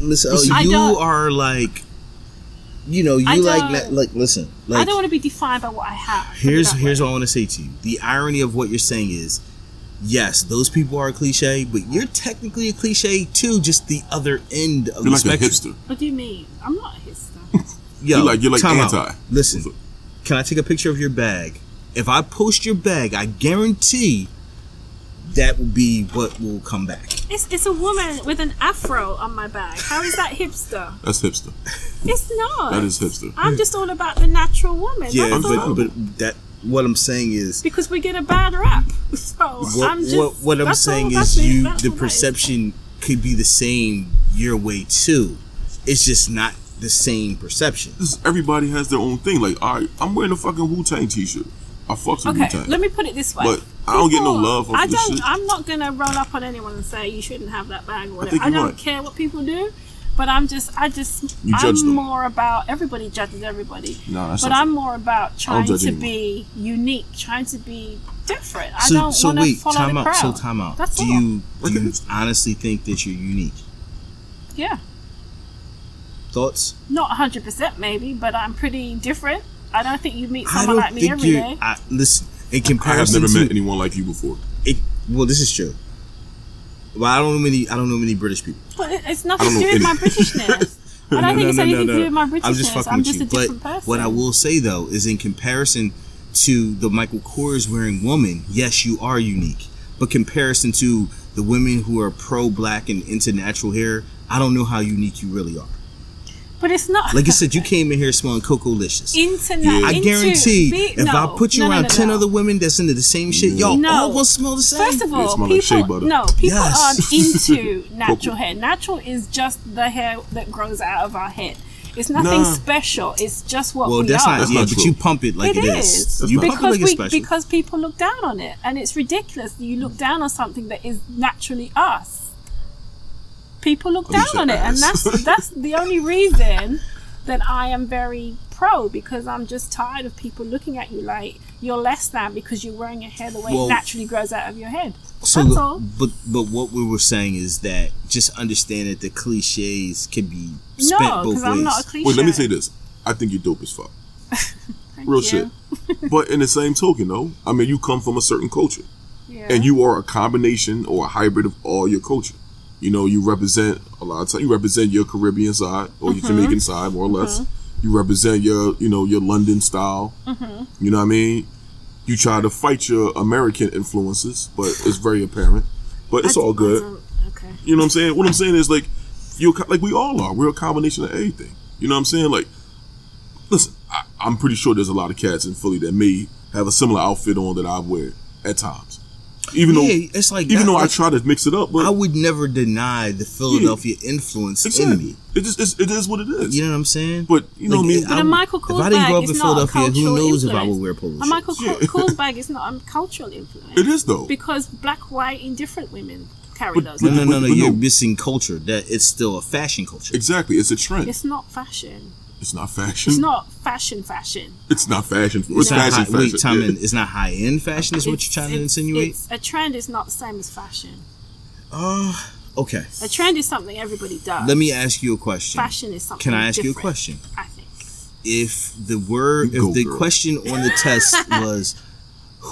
S3: Miss L.
S2: I
S3: You
S2: don't-
S3: are like, you know,
S2: I
S3: you like
S2: don't-
S3: like listen. Like
S2: I don't want to be defined by what I have. put it
S3: here's
S2: that way.
S3: here's what I want to say to you. The irony of what you're saying is, yes, those people are cliche, but you're technically a cliche too. Just the other end of
S1: You're
S3: the
S1: like a
S3: spectrum.
S1: hipster.
S2: What do you mean? I'm not a hipster.
S3: Yo,
S1: You're like- you're like
S3: time out.
S1: anti.
S3: Listen, can I take a picture of your bag? If I post your bag, I guarantee that will be what will come back.
S2: It's, it's a woman with an afro on my bag. How is that hipster?
S1: That's hipster.
S2: It's not.
S1: That is hipster.
S2: I'm just all about the natural woman.
S3: Yeah,
S2: That's all.
S3: but, but that what I'm saying is
S2: because we get a bad rap. [laughs] So
S3: what
S2: I'm just.
S3: what, what I'm
S2: that's
S3: saying
S2: all- that's
S3: is
S2: it,
S3: you
S2: that's
S3: the
S2: all that is.
S3: perception could be the same your way too. It's just not the same perception.
S1: This- everybody has their own thing. Like, all right, I'm wearing a fucking Wu Tang t-shirt. I fucks with Wu
S2: Okay,
S1: Tang.
S2: let me put it this way.
S1: But I don't get no love off
S2: I
S1: of this
S2: don't.
S1: shit.
S2: I'm not gonna roll up on anyone and say you shouldn't have that bag or whatever.
S1: think
S2: I,
S1: you're
S2: don't
S1: right.
S2: care what people do, but I'm just. I just.
S1: You
S2: I'm
S1: judge them.
S2: more about everybody judges everybody.
S1: No, that's
S2: but
S1: not
S2: I'm more about trying to
S1: judge anyone.
S2: be unique, trying to be different. I
S3: So
S2: don't
S3: so
S2: want to
S3: wait,
S2: follow
S3: time
S2: the
S3: out.
S2: crowd.
S3: So time out.
S2: That's
S3: do
S2: all. [laughs]
S3: you do you
S1: Okay.
S3: honestly think that you're unique?
S2: Yeah,
S3: Thoughts?
S2: not 100 percent maybe, but I'm pretty different. I don't think you meet
S3: I
S2: someone
S3: don't
S2: like me
S3: think
S2: every
S3: you're.
S2: day.
S3: I, listen, in
S1: I have
S3: comparison
S1: never
S3: to
S1: met anyone like you before.
S3: it, well, this is true. Well, I don't know many. I don't know many British people.
S2: But it- it's nothing
S1: I
S2: to
S1: don't
S2: do
S1: know
S2: with my
S1: any-
S2: Britishness. I don't
S3: [laughs] No,
S2: think
S3: no,
S2: it's
S3: no, no,
S2: anything to
S3: no.
S2: do with my Britishness.
S3: I'm just fucking with you.
S2: a different
S3: but
S2: person.
S3: what I will say though is, in comparison to the Michael Kors wearing woman, yes, you are unique. But comparison to the women who are pro black and into natural hair, I don't know how unique you really are.
S2: But it's not
S3: Like I
S2: [laughs]
S3: said, you came in here smelling coco licious.
S2: internet.
S1: Yeah.
S3: I
S2: into-
S3: guarantee,
S2: be-
S3: if I
S2: no,
S3: put you
S2: no, no,
S3: around
S2: no,
S3: ten
S2: no.
S3: other women that's into the same shit, y'all
S2: No.
S3: all gonna smell the same.
S2: First of all,
S1: smell
S2: people
S1: like shea butter.
S2: no people
S3: Yes. [laughs]
S2: aren't into natural
S1: Cocoa.
S2: hair. Natural is just the hair that grows out of our head. It's nothing
S1: Nah.
S2: special. It's just what
S3: well,
S2: we
S3: that's
S2: are.
S3: not.
S1: That's
S3: yeah,
S1: not
S3: but
S1: true.
S3: you pump it like
S2: it is,
S3: is. You pump it
S2: because
S3: like it's
S2: we
S3: special.
S2: because people look down on it, and it's ridiculous. that You look down on something that is naturally us. People look
S1: Alicia
S2: down on it, and
S1: Harris.
S2: that's that's the only reason that I am very pro because I'm just tired of people looking at you like you're less than because you're wearing your hair the way
S3: Well-
S2: it naturally grows out of your head.
S3: So,
S2: That's
S3: the-
S2: all.
S3: but but what we were saying is that just understand that the cliches can be spent
S2: No,
S3: both
S2: because
S3: ways.
S2: I'm not a cliche.
S1: Wait, let me say this. I think you're dope as fuck.
S2: Thank
S1: Real
S2: you. [laughs]
S1: shit. But in the same token, though, I mean, you come from a certain culture.
S2: Yeah.
S1: and you are a combination or a hybrid of all your culture. You know, you represent a lot of time. You represent your Caribbean side or your Jamaican side, more or less. You represent your, you know, your London style. You know what I mean? You try to fight your American influences, but it's very apparent. But it's all good.
S2: Okay.
S1: You know what I'm saying? What I'm saying is like, you like we all are. We're a combination of everything. You know what I'm saying? Like, listen, I, I'm pretty sure there's a lot of cats in Philly that may have a similar outfit on that I wear at times. Even
S3: Yeah,
S1: though
S3: it's like
S1: even
S3: that-
S1: though I
S3: like-
S1: try to mix it up, but
S3: I would never deny the Philadelphia influence in
S1: exactly.
S3: me.
S1: mm, It just it's, it is what it is.
S3: You know what I'm saying?
S1: But you know
S3: Like,
S1: what I mean?
S3: it-
S2: But a
S3: would-
S2: Michael Kors
S3: If I didn't
S2: bag
S3: grow up
S2: is
S3: in
S2: not
S3: Philadelphia, who
S2: cultural
S3: knows if I
S2: influence.
S3: would wear polo
S2: A
S3: shirts?
S2: Michael Co-
S1: Yeah.
S2: Kors bag is not a cultural influence.
S1: It is though.
S2: because black, white, indifferent women carry
S1: But-
S2: those.
S3: No,
S1: but-
S3: no, no, no.
S1: no.
S3: You're missing culture. That it's still a fashion culture.
S1: exactly. It's a trend. It's,
S2: it's not fashion.
S1: not fashion.
S2: It's not fashion. Fashion.
S1: It's not fashion. It's,
S3: It's not
S1: fashion.
S3: high, wait,
S1: fashion.
S3: Tom,
S1: Yeah.
S3: and it's not high end fashion. Is what you're
S2: It's-
S3: trying to
S2: it's-
S3: insinuate?
S2: it's- a trend is not the same as fashion.
S3: Uh, okay.
S2: A trend is something everybody does.
S3: Let me ask you a question.
S2: Fashion is something.
S3: Can I ask you a
S2: different,
S3: question?
S2: I think.
S3: If the word,
S1: You go,
S3: if the
S1: girl.
S3: question on the
S2: [laughs]
S3: test was,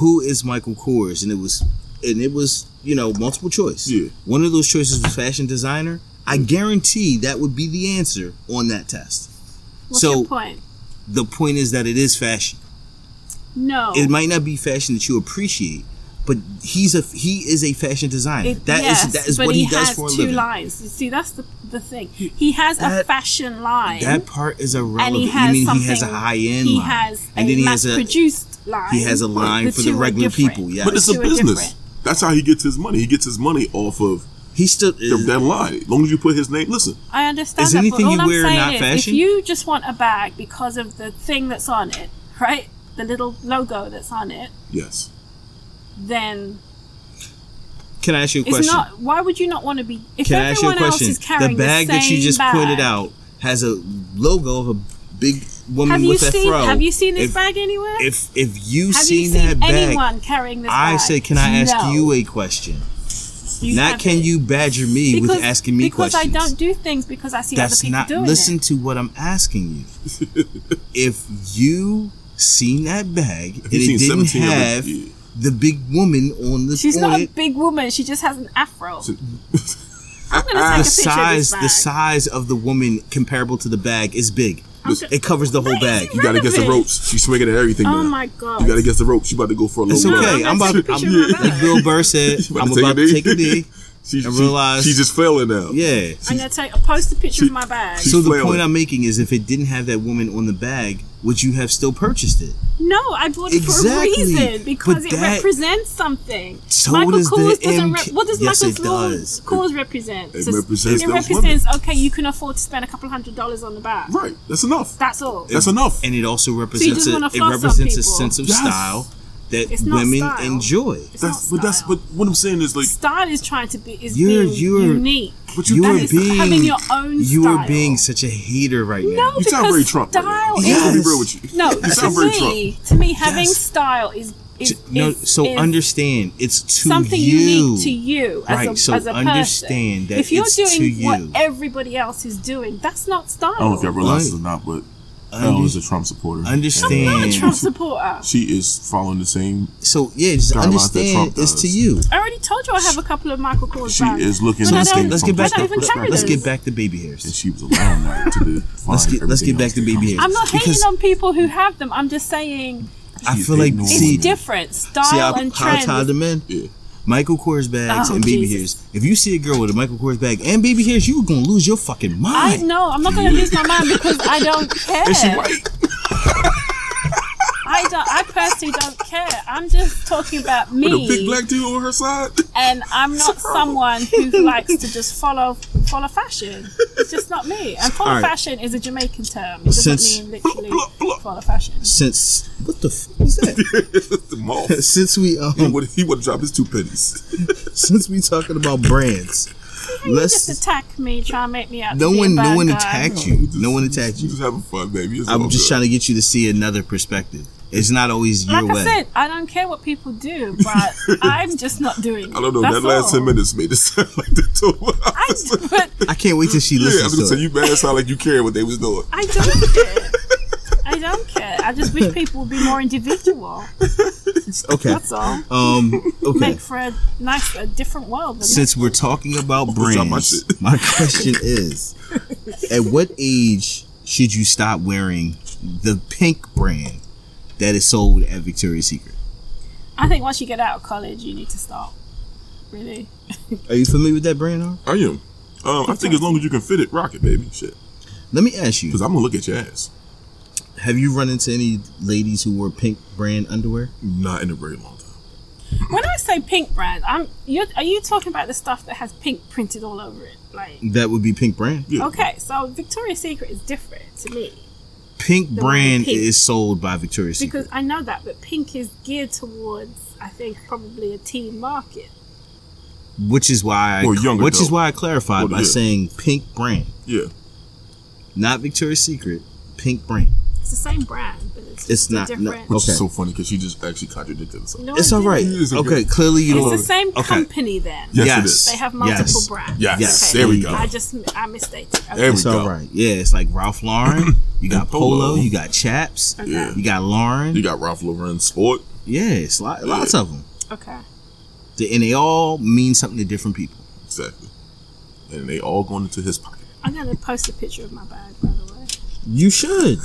S3: "Who is Michael Kors?" and it was, and it was, you know, multiple choice.
S1: Yeah.
S3: One of those choices was fashion designer. I guarantee that would be the answer on that test.
S2: What's
S3: so
S2: your point?
S3: the point is that it is fashion.
S2: No.
S3: It might not be fashion that you appreciate, but he's a he is a fashion designer.
S2: It-
S3: That is
S2: yes,
S3: that is
S2: but
S3: what
S2: he,
S3: he, does
S2: has
S3: for a
S2: two
S3: living.
S2: lines. You see, that's the, the thing. He has a
S3: That-
S2: fashion line.
S3: That part is
S2: and
S3: irrelevant.
S2: he has
S3: you mean
S2: something,
S3: he has a high end
S2: He
S3: line,
S2: has
S3: and
S2: a
S3: then he has a
S2: mass-produced line.
S3: he has a line for the
S2: two are
S3: regular
S2: different.
S3: people. Yeah,
S1: But it's
S2: Two
S1: a
S2: are
S1: business.
S2: different.
S1: That's how he gets his money. He gets his money off of
S3: he still
S1: the- that line. As long as you put his name, listen.
S2: I understand
S3: Is
S2: that, but
S3: anything
S2: all
S3: you
S2: I'm
S3: wear
S2: saying
S3: not
S2: is,
S3: fashion?
S2: if you just want a bag because of the thing that's on it, right? The little logo that's on it,
S1: Yes,
S2: then
S3: Can I ask you a
S2: it's
S3: question?
S2: not. Why would you not want to be? If
S3: Can I ask you
S2: everyone
S3: a
S2: else
S3: question?
S2: is carrying
S3: The bag that you
S2: same
S3: just
S2: bag-
S3: pointed out has a logo of a big woman
S2: have you
S3: with a
S2: seen?
S3: fro.
S2: Have you seen this
S3: if,
S2: bag anywhere?
S3: If if you
S2: have
S3: seen
S2: you
S3: that
S2: seen
S3: bag,
S2: anyone carrying this
S3: I
S2: bag?
S3: say, can I ask
S2: No,
S3: you a question?
S2: you
S3: not
S2: haven't.
S3: can you badger me
S2: Because-
S3: with asking me
S2: because
S3: questions?
S2: I don't do things because I see
S3: That's
S2: other people
S3: not
S2: doing
S3: listen
S2: it.
S3: to what I'm asking you. if you seen that bag and
S1: seen
S3: it didn't
S1: 17 of it,
S3: have
S1: yeah.
S3: the big woman on the
S2: She's
S3: on
S2: not a
S3: it,
S2: big woman. She just has an afro.
S3: [laughs]
S2: I'm gonna take a picture
S3: the size
S2: of
S3: the
S2: this bag.
S3: size of the woman comparable to the bag is big.
S2: I'm go-
S3: It covers the whole
S2: That
S3: bag.
S2: isn't
S1: you gotta guess the
S2: relevant.
S1: ropes. She's swinging at everything.
S2: Oh
S1: now.
S2: my god!
S1: You gotta guess the ropes. She about to go for a
S3: It's
S1: little. run.
S3: okay.
S2: I'm
S3: I'm about
S2: gonna
S3: to.
S2: take a
S3: I'm,
S2: picture of my
S3: like
S2: bag.
S3: Bill Burr said,
S1: She
S3: I'm about to take a
S1: D.
S3: D.
S1: She,
S3: and
S1: she-
S3: realize-
S1: she's just failing now.
S3: Yeah.
S2: I'm gonna take a post a picture of my bag.
S1: She's
S3: So the
S1: flailing.
S3: point I'm making is, if it didn't have that woman on the bag, would you have still purchased it?
S2: No, I bought it for a
S3: Exactly,
S2: reason because
S3: but
S2: it
S3: that-
S2: represents something.
S3: So
S2: Michael
S3: does the
S2: Kors doesn't.
S3: MK
S2: Rep- what does
S3: Yes, it
S2: Michael
S3: does.
S2: Kors, Kors represent?
S1: It
S2: So
S1: represents
S2: It
S1: those
S2: represents. Okay, you can afford to spend a couple hundred dollars on the bag.
S1: Right. That's enough.
S2: That's all.
S1: That's enough.
S3: And it also represents
S2: just
S3: a,
S2: wanna
S3: it
S2: floss on
S3: represents a
S2: people.
S3: sense of
S1: Yes.
S3: style that
S2: It's not
S3: women
S2: style.
S3: enjoy.
S2: It's
S1: That's
S2: not
S1: but that's
S2: style.
S1: but what I'm saying is like
S2: style is trying to be is
S3: You're-
S2: being
S3: you're-
S2: unique.
S1: but
S3: You
S1: you,
S2: That
S3: are
S2: is
S3: being
S2: having your own
S3: you are
S2: style.
S3: being such a hater right now.
S2: No,
S1: you sound
S2: because
S1: very Trump. Right now.
S2: style
S1: I'm gonna be
S3: is-
S1: real with you.
S2: No,
S1: you sound
S2: to
S1: very
S2: me, to me, having
S3: Yes.
S2: style is is,
S3: J- no,
S2: is-
S3: so
S2: is
S3: understand it's to
S2: something
S3: you.
S2: unique to you as a,
S3: Right, so
S2: as a person.
S3: understand that
S2: if you're
S3: it's to
S2: doing what
S3: you.
S2: everybody else is doing, that's not style.
S1: I don't know if y'all realize this or
S3: Right.
S1: not, but
S3: Under-
S1: Elle is a Trump supporter.
S3: understand.
S2: I'm not a Trump supporter.
S1: She is following the same.
S3: So yeah, just
S1: Guidelines that
S3: understand
S1: Trump
S3: it's
S1: does.
S3: to you.
S2: I already told you I have a couple of Michael Kors
S1: She
S2: bags.
S1: is looking
S2: But
S1: at
S2: I
S1: the
S2: don't-
S1: state
S3: Let's
S1: from
S3: get back.
S2: I don't even
S1: perspective.
S2: carry
S3: Let's get
S2: those.
S3: back to baby
S1: and
S3: hairs.
S1: she was allowing
S3: [laughs]
S1: that to do.
S3: Let's get let's get back to baby hairs.
S2: I'm not
S3: because
S2: hating on people who have them. I'm just saying
S3: I
S1: She's
S3: feel like
S1: ignorant.
S2: it's
S3: see, see
S2: different style
S3: how,
S2: and
S3: how tied
S2: trend.
S3: the men.
S1: Yeah.
S3: Michael Kors bags
S2: Oh,
S3: and baby
S2: Jesus.
S3: hairs. If you see a girl with a Michael Kors bag and baby hairs, you are gonna lose your fucking
S2: I
S3: mind.
S2: know. I'm not going to lose my mind because I
S3: [laughs]
S2: don't care.
S1: And she white.
S2: I don't. I personally don't care. I'm just talking about
S1: With a big
S2: me,
S1: black dude on her side. [laughs]
S2: and Um, I'm not someone
S3: [laughs]
S2: who likes to just follow follow fashion. It's just not me. And follow
S3: All right.
S2: fashion is a Jamaican term. It doesn't
S3: Since-
S2: mean literally follow fashion.
S3: Since what the fuck was
S1: [laughs]
S3: that?
S1: the mall.
S3: since we
S1: He
S3: um
S1: would he would drop his two pennies.
S3: [laughs]
S1: [laughs]
S3: since we talking about brands,
S2: Just
S3: let's
S2: attack me, try and make me out. to
S3: no
S2: be a
S3: one no
S2: bad
S3: one
S2: guy.
S3: attacked you. No one attacked
S1: You
S3: you.
S1: just having fun, baby. It's all
S3: I'm just
S1: good.
S3: trying to get you to see another perspective. It's not always your
S2: Like I
S3: way.
S2: said, I don't care what people do,
S3: [laughs]
S2: but I'm just not doing. it.
S1: I don't know.
S2: That's
S1: that last
S2: all.
S1: ten minutes made it sound [laughs] like the two.
S2: I, but
S3: I can't wait till she
S1: [laughs] yeah, I
S3: listens
S1: was gonna
S3: to
S1: say
S3: it.
S1: you mad sound like you cared what they was doing.
S2: I
S3: [laughs]
S2: don't care. I don't care. I just wish people would be more individual.
S3: okay.
S2: That's all. [laughs]
S3: Um. Okay.
S2: make for a nice, a different world. Than
S3: Since we're talking about
S1: Drop my
S3: brands,
S1: shit.
S3: my question
S2: [laughs]
S3: is: At what age should you stop wearing the pink brand that is sold at Victoria's Secret?
S2: I think once you get out of college, you need to stop. Really,
S3: Are you familiar with that brand? Ar?
S1: I am. Um, I think as long as you can fit it, rock it, baby. Shit.
S3: Let me ask you:
S1: Because I'm going to look at your ass.
S3: Have you run into any ladies who wore pink brand underwear?
S1: Not in a very long time.
S2: When I say pink brand, I'm you are you talking about the stuff that has pink printed all over it? Like
S3: That would be pink brand.
S1: Yeah.
S2: okay, so Victoria's Secret is different to me
S3: Pink
S2: The
S3: brand
S2: pink.
S3: is sold by Victoria's Secret.
S2: because I know that, but pink is geared towards I think probably a teen market.
S3: which is why I,
S1: Or younger,
S3: which is
S1: though.
S3: why I clarified
S1: Well,
S3: by
S1: yeah.
S3: saying pink brand,
S1: Yeah.
S3: not Victoria's Secret, pink brand.
S2: It's the same brand, but it's just
S3: It's
S2: a
S3: not- no.
S2: different.
S1: Which
S3: Okay.
S1: is so funny because she just actually contradicted herself.
S2: No,
S3: It's
S2: it
S3: all right.
S2: didn't.
S1: It's okay.
S3: Okay, clearly you
S2: It's
S3: don't.
S2: the same
S3: okay.
S2: company then.
S1: Yes,
S3: Yes.
S1: it is.
S2: They have multiple
S3: Yes.
S2: brands.
S1: Yes,
S3: Yes.
S1: there we go.
S2: I just I misstated. Okay.
S1: There we
S3: It's
S1: go.
S3: all right. Yeah, it's like Ralph
S1: [laughs]
S3: Lauren. You got
S1: And
S3: Polo.
S1: Polo.
S3: You got Chaps.
S2: Okay.
S1: Yeah.
S3: You got Lauren.
S1: You got Ralph Lauren Sport.
S3: yeah, it's lot, lots of them,
S2: Okay.
S3: and they all mean something to different people.
S1: Exactly. And they all going into his pocket.
S2: I'm gonna post a picture of my bag by the way.
S3: You should.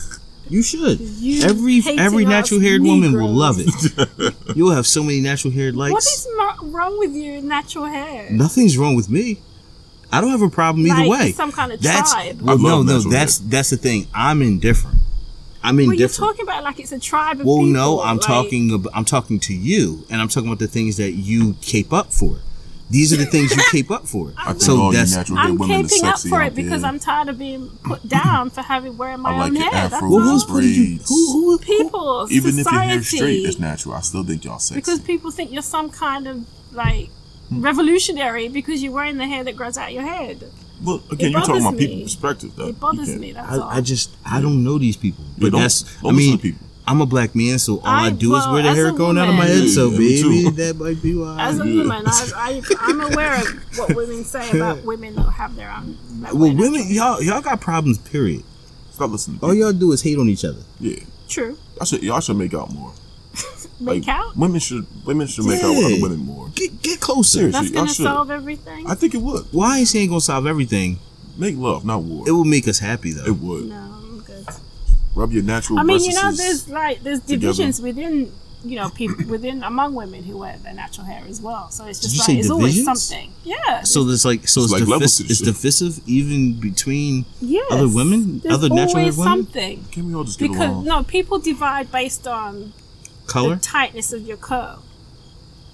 S3: You should.
S2: You
S3: every
S2: hating
S3: every
S2: us
S3: natural haired woman will
S2: Negroes.
S3: love it.
S1: [laughs]
S3: You'll have so many natural haired likes.
S2: What is mo- wrong with you in natural hair?
S3: Nothing's wrong with me. I don't have a problem either
S2: Like,
S3: way.
S2: some kind of
S3: that's
S2: tribe.
S3: well,
S1: I
S3: no,
S1: love
S3: no.
S1: natural
S3: That's that's the thing. I'm indifferent. I'm
S2: Well, you're
S3: indifferent.
S2: talking about like it's a tribe of
S3: well,
S2: people.
S3: no, I'm
S2: like-
S3: talking. About, I'm talking to you, and I'm talking about the things that you cape up for. These are the
S2: [laughs]
S3: things you cape up for.
S1: I think
S3: so
S1: all you
S3: that's
S1: natural hair
S2: I'm
S1: women are
S2: camping up
S1: sexy
S2: for
S1: out
S2: it because
S1: there.
S2: I'm tired of being
S1: [clears throat]
S2: put down for having wearing my
S1: I like
S2: own
S1: your
S2: hair.
S1: afro
S2: That's
S3: well, who's
S2: all.
S1: was-
S3: putting you?
S1: braids.
S3: Who, who, who,
S2: people,
S1: Even if your
S2: society,
S1: hair's straight, it's natural. I still think y'all sexy.
S2: because people think you're some kind of like
S1: Hmm.
S2: revolutionary because you're wearing the hair that grows out your head.
S1: Look, again, you're
S2: bothers
S1: talking about
S2: me.
S1: people's perspective, though.
S2: It bothers
S1: You
S2: me. That's all.
S3: I, I just I don't know these people.
S1: Yeah,
S3: But
S1: don't-
S3: that's
S1: don't
S3: I
S1: listen
S3: mean
S1: to people.
S3: I'm a black man, so all I,
S2: I-
S3: do is
S2: well,
S3: wear the
S2: as
S3: hair
S2: a
S3: going out of my
S2: woman-
S3: head. So
S1: Yeah, me
S3: baby,
S1: too.
S3: that might be why.
S2: As a
S1: Yeah.
S2: woman,
S1: [laughs]
S2: I, I, I'm aware of what women say about women that have their own. that
S3: well,
S2: wear
S3: women,
S2: natural-
S3: y'all y'all got problems. Period.
S1: Stop listening. To
S3: All
S1: people.
S3: y'all do is hate on each other.
S1: yeah.
S2: True.
S1: Y'all should y'all should make out more.
S2: Make out?
S1: Women should women should make out
S3: Yeah.
S1: with other women more.
S3: Get get closer.
S1: Seriously.
S2: That's
S1: y'all
S2: gonna
S1: should.
S2: solve everything.
S1: I think it would
S3: Why ain't saying gonna solve everything?
S1: make love, not war.
S3: It will make us happy
S1: It
S3: though.
S1: would
S2: no, I'm good.
S1: rub your natural.
S2: I mean, you know,
S1: breasts
S2: there's like there's
S1: together.
S2: divisions within you know people within among women who wear their natural hair as well. So it's just
S3: you
S2: like
S3: say
S2: it's always
S3: divisions?
S2: something. Yeah.
S3: So there's like so it's,
S1: It's like levels to
S3: defi-
S1: this
S3: it's
S1: shit.
S3: divisive even between
S2: Yes.
S3: other women?
S2: There's
S3: Other natural hair
S2: always
S3: women?
S2: something.
S1: Can we all just get
S2: Because
S1: along?
S2: no, people divide based on
S3: color.
S2: the tightness of your curl.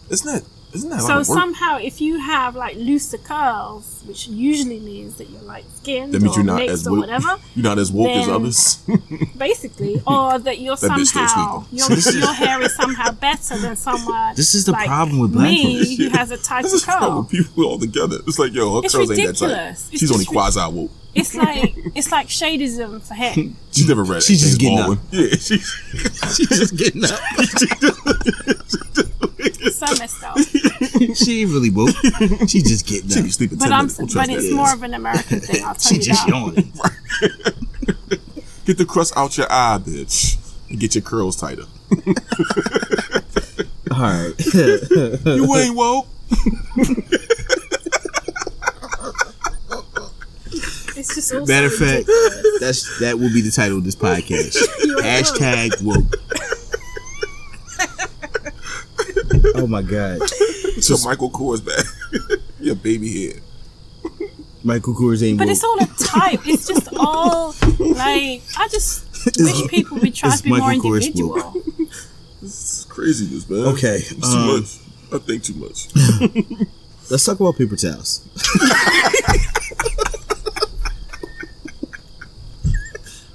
S1: Isn't that isn't that a lot
S2: So
S1: of work?
S2: somehow, if you have like looser curls, which usually means that you're light skinned
S1: that means
S2: or
S1: you're not
S2: mixed
S1: as
S2: or
S1: woke.
S3: [laughs]
S2: whatever,
S1: [laughs] You're not as woke as
S2: then-
S1: others. [laughs]
S2: basically, or that you're
S1: That bitch still
S2: somehow your,
S1: sleeping.
S3: [laughs]
S2: your hair is somehow better than someone.
S3: This is the
S2: like
S3: problem with black
S2: me
S3: folks.
S2: who has a
S3: [laughs]
S2: tighter
S1: This is
S2: curl.
S1: how people all together. It's like yo, her
S2: It's
S1: curls ain't that
S2: ridiculous.
S1: tight.
S2: It's
S1: She's only
S2: just
S1: quasi woke.
S2: It's like it's like shadism for hair.
S3: [laughs]
S1: She never read.
S3: She's just
S1: James
S3: getting up.
S1: Baldwin. [laughs] Yeah, she,
S3: She's just getting up. [laughs]
S2: It's so messed up.
S3: she ain't really woke. She's just getting
S1: she
S3: up.
S1: be sleeping
S2: But
S1: ten
S2: I'm
S1: minutes. Don't
S2: but
S1: trust
S2: it's
S1: that.
S2: more of an American thing. I'll tell
S3: She
S2: you
S3: just
S2: that. [laughs]
S3: yawning.
S1: Get the crust out your eye, bitch, and get your curls tighter.
S3: All right.
S1: You
S3: [laughs]
S1: ain't woke.
S2: It's just also
S3: Matter of fact,
S2: ridiculous.
S3: that's that will be the title of this
S1: [laughs]
S3: podcast.
S2: You ain't woke.
S3: Hashtag woke.
S1: [laughs]
S3: oh my god,
S1: So Michael Kors back. [laughs] your baby head.
S3: Michael Kors ain't
S2: But
S3: woke.
S2: it's all a type. It's
S3: [laughs]
S2: just all like I just wish people would try
S3: It's
S2: to be more
S3: Michael Kors
S2: individual.
S1: This is craziness, man.
S3: Okay,
S1: It's too
S3: um,
S1: much. I think too much. [laughs]
S3: Let's talk about paper towels. [laughs]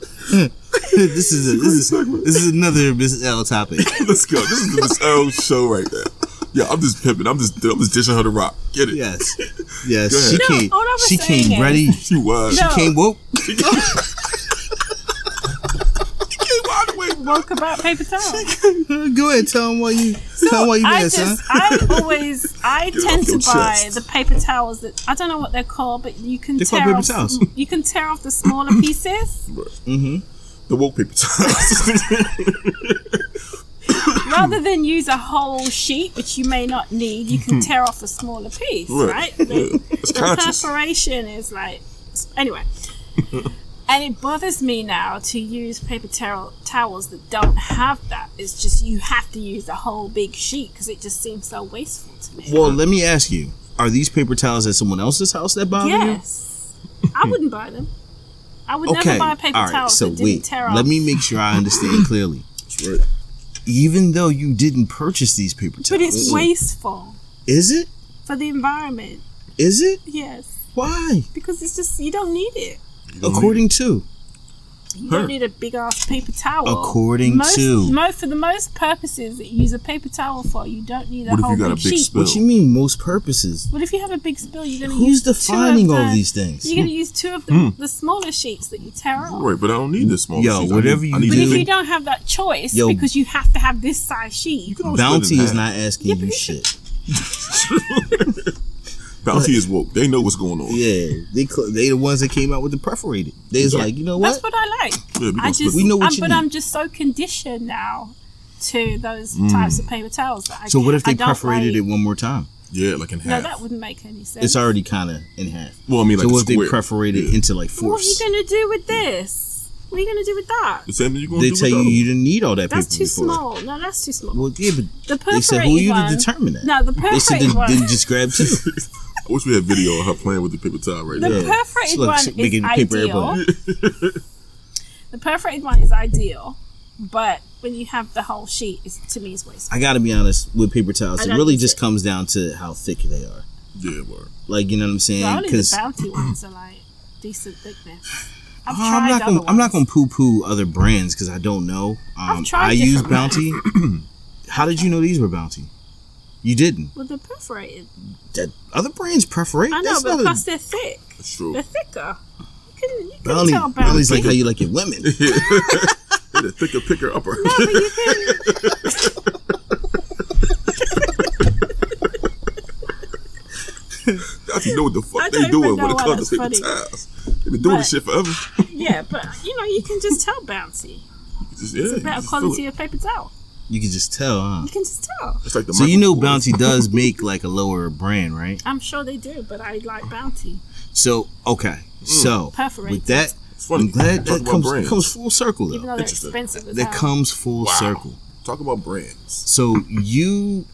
S3: this is a, this is this is another Miss L topic.
S1: Let's go. This is the Miss L show right there. Yeah, I'm just pimping. I'm just I'm just dishing her the rock. Get it?
S3: Yes,
S1: Go
S3: yes. She
S1: ahead.
S2: No,
S3: came.
S2: all I was
S3: She
S2: saying
S3: came
S2: is-
S3: ready.
S1: She was.
S2: No.
S3: Came woke. [laughs]
S1: By the way,
S2: Woke about paper towels.
S3: Go ahead, tell him why you tell him why you
S2: I
S3: there, son.
S2: just, I always, I
S1: off
S2: tend to
S1: your
S2: buy
S1: chest.
S2: the paper towels that I don't know what they're called, but you can
S3: They're called
S2: tear
S3: paper
S2: off,
S3: towels.
S2: You can tear off the
S3: [laughs]
S2: smaller pieces.
S1: the woke paper towels.
S2: Rather than use a whole sheet, which you may not need, you
S3: Hmm.
S2: can tear off a smaller piece, right?
S1: Right.
S2: The,
S1: it's
S2: the
S1: conscious.
S2: perforation is like,
S3: [laughs]
S2: anyway. And it bothers me now to use paper towel, towels that don't have that. It's just you have to use a whole big sheet because it just seems so wasteful to me.
S3: Well, let me ask you. are these paper towels at someone else's house that bother you? Hmm.
S2: yes. I wouldn't buy them. I would never buy a paper
S3: all right,
S2: towel
S3: So
S2: that
S3: wait,
S2: didn't tear off.
S3: let me make sure
S2: [laughs]
S3: I understand clearly.
S1: That's right.
S3: Even though you didn't purchase these paper towels,
S2: But it's wasteful
S3: is it?
S2: for the environment.
S3: Is it?
S2: Yes,
S3: Why?
S2: because it's just you don't need it.
S3: According to
S2: You
S1: Her.
S2: don't need a big ass paper towel.
S3: According
S2: most,
S3: to-
S2: most for the most purposes that you use a paper towel for, you don't need a
S1: What if you
S2: whole
S1: got a
S2: big,
S1: big
S2: sheet.
S1: spill?
S3: what you mean, most purposes.
S2: But if you have a big spill, you're gonna use
S3: Who's
S2: two of
S3: defining all
S2: the-
S3: these things? Hmm.
S2: You're gonna use two of the, the smaller sheets that you tear off.
S1: [laughs] Right, but I don't need this small.
S3: Yo,
S1: sheet. I
S3: whatever
S1: need-
S3: you
S1: I need
S2: But
S1: to
S3: do-
S2: if
S1: think-
S2: you don't have that choice,
S3: Yo.
S2: because you have to have this size sheet,
S1: can always
S3: Bounty
S1: split it in
S3: is
S1: half.
S3: not asking you shit.
S1: Bounty is woke. They know what's going on.
S3: Yeah, they cl- they the ones that came out with the perforated. They was like, you know
S2: that's
S3: what?
S2: what I like.
S1: Yeah, we
S2: I
S1: gonna split
S2: just,
S3: We
S1: them.
S3: know what
S2: I'm-
S3: you
S2: but
S3: need.
S2: I'm just so conditioned now to those types of paper towels. That I,
S3: Hmm. So what if
S2: I
S3: they
S2: don't
S3: perforated
S2: like-
S3: it one more time?
S1: yeah, like in
S2: No,
S1: half.
S2: that wouldn't make any sense.
S3: It's already kind of in half.
S1: well, I mean, like
S3: so
S1: a
S3: what if they
S1: square.
S3: perforated it
S1: Yeah.
S3: into like
S2: what are you
S3: fours?
S2: gonna do with this? What are you gonna do with that?
S1: The same thing you're going to
S3: They
S1: do.
S3: tell
S1: with
S3: you
S1: the uh,
S3: you didn't need all that paper
S2: That's too
S3: before.
S2: small. No, that's too small.
S3: Well, yeah, but
S2: The
S3: they
S2: perforated
S3: said who are you
S2: one.
S3: to determine that?
S2: No, the
S3: they said
S2: perforated
S3: then,
S2: one.
S3: then just grab
S1: [laughs]
S3: two.
S1: other one. I wish we had video of her playing with the paper towel right
S2: The
S1: now.
S3: Yeah.
S2: perforated
S3: It's like
S2: one
S3: shit making
S2: is
S3: paper
S2: ideal.
S3: airplane.
S2: [laughs] the perforated one is ideal, but when you have the whole sheet, it's, to me, it's wasteful.
S3: I gotta be honest with paper towels.
S2: I
S3: It
S2: don't
S3: really
S2: use
S3: just
S2: it.
S3: comes down to how thick they are.
S1: Yeah, word.
S3: Like you know what I'm
S2: Well,
S3: saying?
S2: only the bounty ones are like decent thickness. I've
S3: Oh,
S2: tried
S3: I'm not
S2: other
S3: gonna I'm not gonna
S2: ones.
S3: poo poo other brands because I don't know.
S2: I've
S3: Um,
S2: tried
S3: I use
S2: different brands.
S3: Bounty. [clears throat] How did you know these were Bounty? You didn't.
S2: Well, they're perforated.
S3: That other brands perforate.
S2: I know,
S3: That's
S2: but
S3: not
S2: plus
S3: a
S2: they're thick.
S1: That's
S2: [laughs]
S1: true.
S2: They're thicker. You can, you can
S3: Bounty.
S2: tell bounty.
S3: Bounty's like how you like your
S1: [laughs]
S3: women.
S1: Hit a thicker picker [laughs] upper.
S2: No, but you can. [laughs]
S1: you know what the fuck
S2: I
S1: they
S2: don't
S1: doing
S2: even
S1: when
S2: know
S1: it
S2: why
S1: comes to paper
S2: that's funny.
S1: towels. They been doing this shit forever.
S2: Yeah, but you know, you can just tell bounty.
S3: [laughs]
S1: Just, yeah,
S2: It's a
S1: you
S2: better
S1: just feel
S2: quality
S1: it.
S2: of paper towel.
S3: You can just tell, huh?
S2: You can just tell.
S1: It's like the
S3: So you know
S1: Michael Kors. [laughs]
S3: Bounty does make like a lower brand, right?
S2: I'm sure they do, but I like bounty.
S3: So okay, so
S2: Perforated.
S3: with that,
S1: It's funny.
S3: I'm glad
S1: Talk
S3: that
S1: about
S3: comes
S1: brands.
S3: comes full circle
S2: Even
S3: though.
S2: though they're
S1: Interesting.
S2: expensive as
S3: That
S2: hell.
S3: comes full
S1: Wow.
S3: circle.
S1: Talk about brands.
S3: So you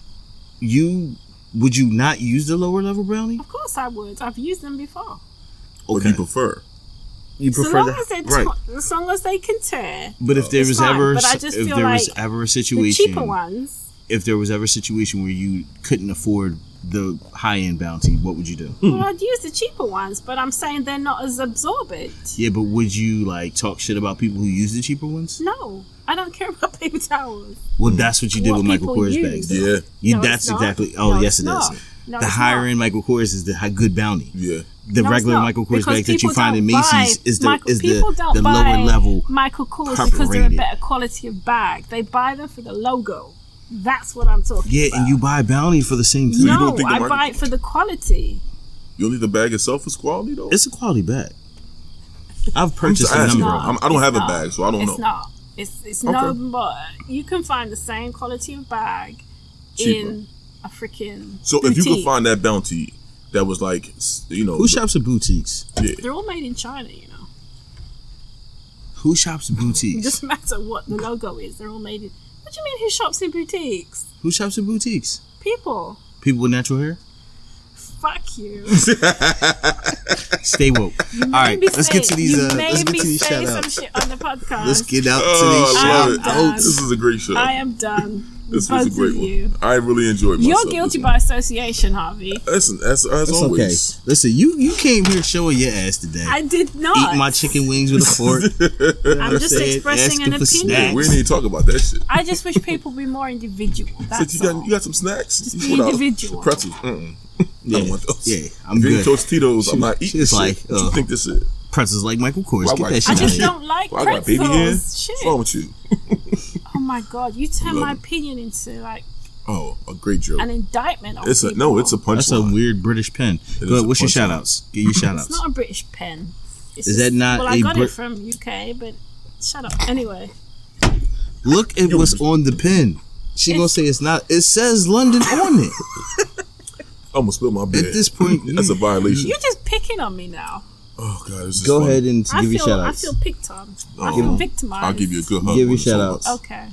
S3: you would you not use the lower level brownie?
S2: Of course I would. I've used them before.
S1: What do you prefer?
S3: You
S2: So
S3: prefer
S2: long
S3: that,
S2: as they
S3: right?
S2: t- as long as they can tear.
S3: But if there
S2: It's
S3: was
S2: fine,
S3: ever
S2: but I
S3: s-
S2: just
S3: if
S2: feel
S3: there was
S2: like
S3: ever a
S2: The
S3: situation
S2: cheaper ones.
S3: if there was ever a situation where you couldn't afford the high end bounty, what would you do? [laughs]
S2: Well, I'd use the cheaper ones, but I'm saying they're not as absorbent.
S3: Yeah, but would you like talk shit about people who use the cheaper ones?
S2: No, I don't care about [laughs] paper towels.
S3: Well, that's what you did
S2: What
S3: with Michael
S2: people
S3: Kors
S2: use.
S3: bags. though.
S1: Yeah,
S3: You,
S2: No, it's
S3: that's
S2: not.
S3: exactly. Oh,
S2: No,
S3: yes,
S2: it's
S3: it is.
S2: not. No,
S3: the
S2: it's
S3: higher
S2: not.
S3: end Michael Kors is the high good bounty.
S1: yeah.
S3: The
S2: No, it's
S3: regular
S2: not,
S3: Michael Kors
S2: because
S3: bag that you
S2: people
S3: find
S2: don't
S3: in Macy's
S2: buy
S3: is the
S2: Michael-
S3: is the,
S2: people don't
S3: the
S2: buy
S3: lower level.
S2: Michael Kors because they're a
S3: perforated.
S2: better quality of bag. They buy them for the logo. That's what I'm talking
S3: Yeah,
S2: about.
S3: and you buy bounty for the same thing.
S1: you
S2: no,
S1: don't think the
S2: I
S1: market-
S2: buy it for the quality.
S1: You only the bag itself is quality though.
S3: It's a quality bag. I've
S1: I'm just
S3: purchased a
S1: asking.
S3: number.
S2: not.
S3: of them.
S1: I'm, I don't
S2: It's
S1: have
S2: not.
S1: a bag, so I don't
S2: it's
S1: know.
S2: not. It's it's
S1: Okay.
S2: no more. You can find the same quality of bag
S1: Cheaper.
S2: in a freaking
S1: So if you could
S2: boutique.
S1: find that bounty that was like, s- you know,
S3: Who shops at boutiques?
S1: yeah,
S2: they're all made in China, you know.
S3: Who shops at
S2: It
S3: boutiques?
S2: doesn't matter what the logo is. They're all made in. What do you mean? Who shops in boutiques?
S3: Who shops at boutiques?
S2: People.
S3: People with natural hair.
S2: Fuck
S1: [laughs]
S2: you.
S3: Stay woke. All right,
S2: Made me
S3: let's get
S2: say-
S3: to these.
S2: You
S3: Uh,
S2: made
S3: let's get
S2: me
S3: to these
S2: say
S3: shout
S2: some
S3: outs.
S2: shit
S3: [laughs]
S2: on the podcast.
S3: Let's get out
S1: oh,
S3: to these
S1: I
S2: I'm
S1: love
S3: shout
S1: it.
S2: done.
S1: This is a great show.
S2: I am done.
S1: [laughs] this
S2: Both
S1: was a great
S2: of
S1: one.
S2: you.
S1: I really enjoyed myself.
S2: You're guilty by association, Harvey.
S1: Listen, as, as
S3: It's okay.
S1: always,
S3: Listen, you you came here showing your ass today.
S2: I did not.
S3: Eat my chicken wings with a fork.
S2: I'm just expressing an
S3: asking for
S2: opinion.
S1: we
S3: snacks.
S1: didn't even talk about that shit.
S2: I just wish people would be more individual.
S1: [laughs]
S2: That's
S1: Since you
S2: all.
S1: got you got some snacks,
S2: Just
S1: You
S2: be
S1: put out
S2: individual.
S1: Pretzels. Mm-mm. [laughs] I don't want those.
S3: yeah, I'm
S1: if you
S3: good.
S1: ain't Tostitos, I'm not
S3: She-
S1: eating
S3: she's
S1: this shit.
S3: like,
S1: what
S3: uh,
S1: you think this is?
S3: Pretzels like Michael Kors.
S1: Why-
S3: Get
S1: why-
S3: that
S2: I
S3: shit out of
S2: just
S1: Yeah.
S3: here.
S2: don't like
S1: Well, I got
S2: pretzels.
S1: baby hands.
S2: Shit.
S1: What's wrong with you?
S2: Oh my god, you turn
S1: Love
S2: my
S1: it.
S2: opinion into like
S1: Oh, a great joke.
S2: an indictment. On
S1: It's a no.
S2: people.
S1: It's a
S3: That's a
S1: punchline.
S3: weird British pen.
S1: is
S3: Go ahead,
S1: a
S3: what's your
S1: punchline.
S3: shout outs? Get your shout
S2: It's
S3: outs.
S2: not a British pen. It's
S3: Is that not
S2: Well, I
S3: a
S2: got
S3: Brit-
S2: it from UK, but shut up. Anyway,
S3: Look at what's on the pen. She gonna say it's not. It says London on it.
S1: I almost spilled my beer.
S3: this point,
S1: that's a violation.
S2: you're just picking on me now.
S1: Oh God, this is
S3: Go
S1: funny.
S3: ahead and
S2: I
S3: give your
S2: feel
S3: shout
S2: I
S3: outs.
S2: feel picked on. I
S1: Oh,
S2: feel
S1: I'll
S2: victimized.
S1: I'll give you a good hug.
S3: Give
S1: when
S3: your
S1: it's over.
S3: shout-outs.
S2: Okay.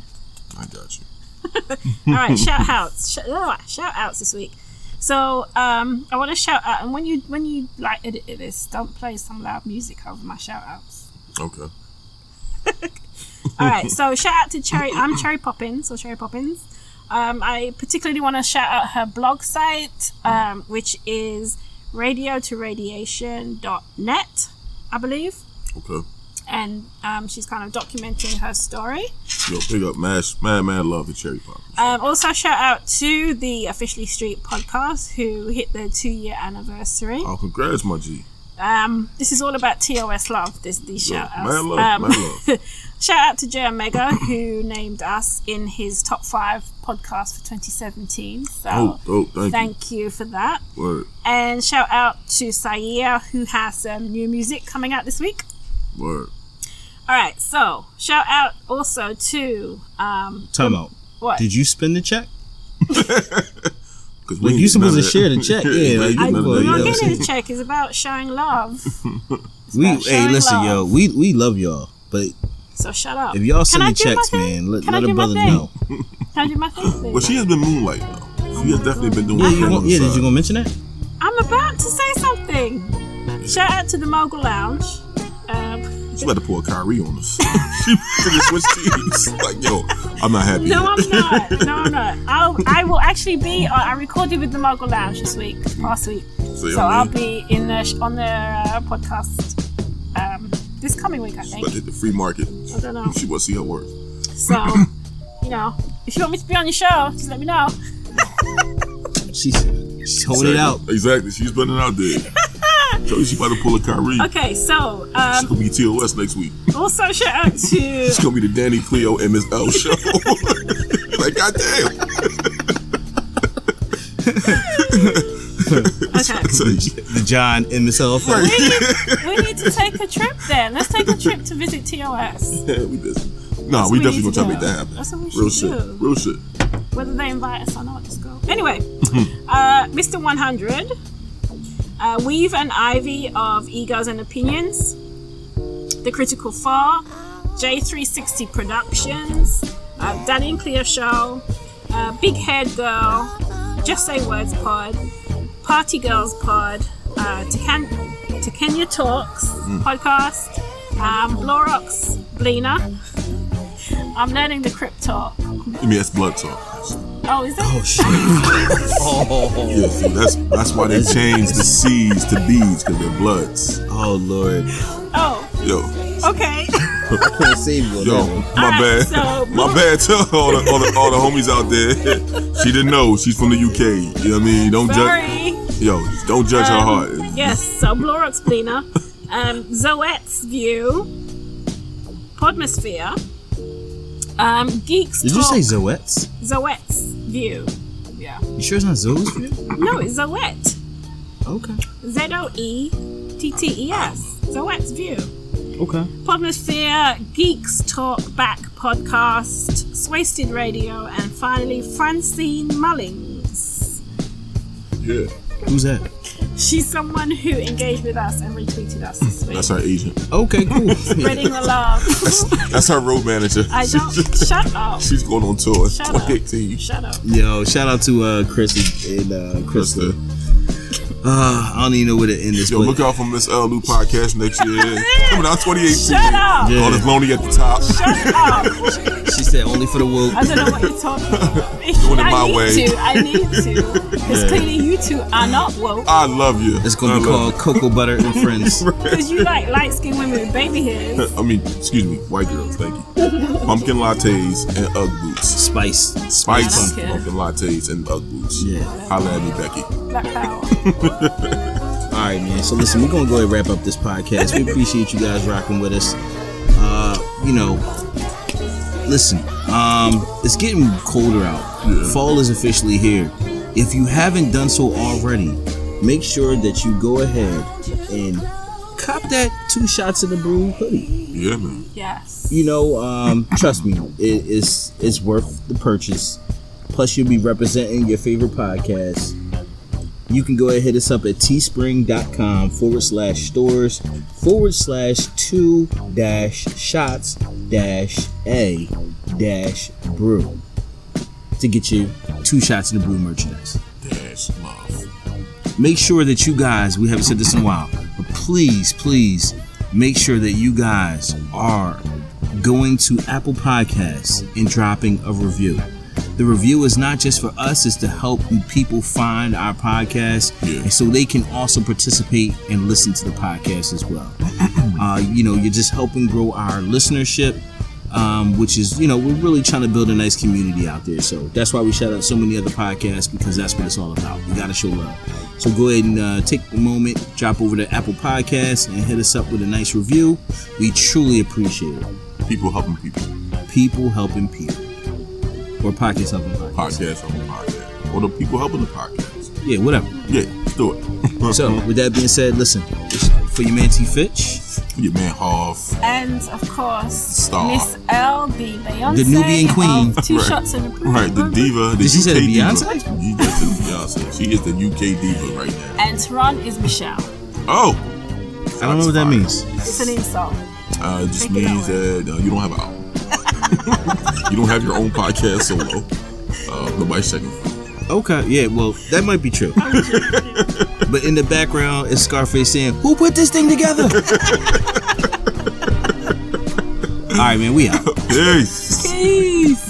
S1: I got you. [laughs]
S2: All right. shout outs. Sh- oh, shout outs this week. So um, I want to shout out, and when you when you like edit this, don't play some loud music over my shout outs.
S1: Okay.
S2: All right, so shout out to Cherry. I'm Cherry Poppins or Cherry Poppins. Um, I particularly want to shout out her blog site, um, which is radio to radiation.net, I believe.
S1: Okay.
S2: And um, she's kind of documenting her story.
S1: Yo, pick up Mash, Mad Mad Love, the Cherry Pop.
S2: Um, also, shout out to the Officially Street podcast who hit their two year anniversary.
S1: Oh, congrats, my G.
S2: Um, this is all about TOS love. This these
S1: Yo,
S2: shout outs.
S1: mad love,
S2: um,
S1: mad
S2: [laughs]
S1: love.
S2: Shout out to Jay Omega who named us in his top five podcast for 2017. So
S1: Oh, dope. Thank,
S2: thank you for that.
S1: you. Word,
S2: And shout out to Saia who has some new music coming out this week.
S1: word.
S2: All right, so shout out also to um,
S3: Time out.
S2: what?
S3: Did you spend the check?
S1: Cause
S3: Like,
S1: ain't
S3: you
S1: get
S3: supposed
S1: none
S3: to
S1: of that.
S3: share the check,
S1: [laughs]
S3: yeah, like,
S1: we ain't
S3: you
S1: get
S3: supposed-
S1: none of
S2: I'm
S1: that.
S3: yeah.
S2: not
S1: Yeah,
S2: getting a check. It's about showing love. It's
S3: We
S2: about
S3: hey,
S2: showing
S3: listen,
S2: love.
S3: yo, we we love y'all, but
S2: So shut up.
S3: if y'all
S2: Can I
S3: sending
S2: do my
S3: checks,
S2: thing?
S3: man, let,
S2: Can I
S3: let
S2: do my
S3: a brother
S2: thing?
S3: know.
S2: Can I do my thing?
S1: Well, she has been moonlight now. She has definitely been doing.
S3: Yeah,
S1: her
S3: you
S1: thing
S3: gon-
S1: on the
S3: yeah, did
S1: side.
S3: you gonna mention that?
S2: I'm about to say something. Shout out to the Mogul Lounge. Um,
S1: She about to pull a Kyrie on us. [laughs] she freaking switched teams. Like, yo, I'm not happy.
S2: no, I'm not. No, I'm not. I'll, I will actually be. On, I recorded with the Mogul Lounge this week, last week.
S1: So,
S2: So I'll
S1: y'all mean,
S2: be in the sh- on their uh, podcast um, this coming week, I
S1: she
S2: think.
S1: about to hit the free market.
S2: I don't know.
S1: She about to see her worth.
S2: So, you know, if you want me to be on your show, just let me know.
S3: She's she's holding it out.
S1: Exactly. Exactly. She's putting it out
S2: [laughs]
S1: there. so she about to pull a Kyrie.
S2: Okay, so
S1: She's
S2: um,
S1: gonna be TOS next week.
S2: also shout out to
S1: It's gonna be the Danny Cleo and Miss L
S2: [laughs]
S1: show. like, goddamn.
S2: okay.
S1: So, yeah.
S3: The John and myself.
S2: We need, we need to take a trip then. Let's take a trip to visit TOS.
S1: Yeah, we busy. Nah,
S2: what
S1: we
S2: we
S1: definitely
S2: need to
S1: gonna try to make
S2: do.
S1: that happen.
S2: That's what we
S1: Real
S2: should
S1: shit.
S2: do.
S1: Real shit.
S2: whether they invite us or not, just go. Anyway, uh, Mr. 100, uh, Weave and Ivy of Egos and Opinions, The Critical Far, J360 Productions, uh, Danny and Cleo Show, uh, Big Haired Girl, Just Say Words Pod, Party Girls Pod, uh, Tekan- Tekenya Talks Podcast, um, Blorox Blina. I'm learning the crypto.
S1: I mean, that's blood talk.
S2: Oh, is that?
S3: Oh shit. oh,
S1: Yeah, see, that's that's why they changed the C's to B's because they're bloods.
S3: oh lord.
S2: Oh,
S1: Yo,
S3: [laughs]
S2: okay.
S3: Can't save you on
S1: yo,
S3: that one.
S1: my
S2: Alright,
S1: bad,
S2: so-
S1: my bad to all the, all the all the homies out there. [laughs] she didn't know she's from the UK. You know what I mean? Don't judge.
S2: Sorry.
S1: Yo, don't judge her
S2: Um,
S1: heart.
S2: Yes, so Blorox
S3: [laughs]
S2: Blina, um, Zoette's View, Podmosphere, um, Geeks
S3: Did you
S2: Talk,
S3: say Zoettes?
S2: Zoette's View. Yeah.
S3: You sure it's not Zoettes?
S2: No, it's Zoette.
S3: Okay.
S2: Z O E T T E S. Zoette's View.
S3: Okay.
S2: Podmosphere, Geeks Talk Back Podcast, Swasted Radio, and finally Francine Mullings.
S1: Yeah,
S3: Who's that?
S2: She's someone who engaged with us and retweeted us this week.
S1: that's her agent.
S3: Okay, cool.
S1: [laughs]
S2: Spreading the
S3: [laughs]
S2: love.
S1: That's her road manager. [laughs]
S2: I don't. Shut up.
S1: she's going on tour.
S2: Shut up.
S1: 2018.
S2: Shut up.
S3: Yo, shout out to uh Chris and and, uh Krista.
S1: Krista.
S3: Uh, I don't even know where to end this.
S1: Yo,
S3: but-
S1: look out for Miss L new podcast next year. Coming out 2018.
S2: [laughs] Shut up.
S1: All this lonely at the top.
S2: Shut up.
S3: She said only for the woke.
S2: I don't know what you're talking about.
S1: [laughs] Doing it
S2: I
S1: my
S2: need
S1: way.
S2: to. I need to.
S1: [laughs]
S2: Because clearly you two are not woke.
S1: I love you.
S3: It's gonna
S1: I
S3: be
S1: love
S3: called Cocoa Butter and Friends.
S2: Because you like light skinned women with baby hairs.
S1: [laughs] I mean, excuse me, white girls, thank you. Pumpkin lattes and Ugg boots.
S3: Spice.
S1: Spice
S2: Okay.
S1: pumpkin lattes and Ugg boots.
S3: Yeah.
S1: Holla at me, Becky.
S2: Black power.
S3: All right, man. So listen, we're gonna go ahead and wrap up this podcast. We appreciate you guys rocking with us. Uh, you know, listen, um, it's getting colder out. Fall is officially here. If you haven't done so already, make sure that you go ahead and cop that two shots in the brew hoodie.
S1: Yeah, man.
S2: Yes.
S3: You know, um, trust me, it is it's worth the purchase. Plus, you'll be representing your favorite podcast. You can go ahead and hit us up at teespring.com forward slash stores forward slash two dash shots dash a dash brew to get you two shots in the brew merchandise.
S1: Dash love.
S3: make sure that you guys, we haven't said this in a while, but please, please make sure that you guys are going to Apple Podcasts and dropping a review. The review is not just for us, it's to help people find our podcast
S1: Yeah.
S3: and so they can also participate and listen to the podcast as well. Uh, you know, you're just helping grow our listenership, um, which is, you know, we're really trying to build a nice community out there. So that's why we shout out so many other podcasts because that's what it's all about. You got to show love. So go ahead and uh, take the moment, drop over to Apple Podcasts, and hit us up with a nice review. We truly appreciate it.
S1: People helping people.
S3: People helping people, or podcasts helping podcasts.
S1: Podcast helping podcast. Or the people helping the podcast.
S3: Yeah, whatever.
S1: Yeah, let's do it. [laughs]
S3: So with that being said, listen for your man T Fitch,
S1: your man Hoff.
S2: And of course,
S1: Star.
S2: Miss LB Beyonce.
S3: The Nubian queen.
S2: of Two
S1: Right.
S2: shots in the
S1: Right, the diva, the
S3: Did she
S1: UK
S3: say
S1: diva.
S3: Beyonce?
S1: You just said Beyonce. She is the UK diva right now.
S2: And Tehran is Michelle.
S1: Oh,
S3: I don't know what that means.
S2: It's an insult.
S1: Uh, it just
S2: Take it
S1: means
S2: away.
S1: that uh, you don't have an album. [laughs] you don't have your own podcast solo. Uh, nobody's checking. for you.
S3: Okay, yeah, well, that might be true. but in the background is Scarface saying, Who put this thing together? All right, man, we out.
S1: Peace.
S2: Peace.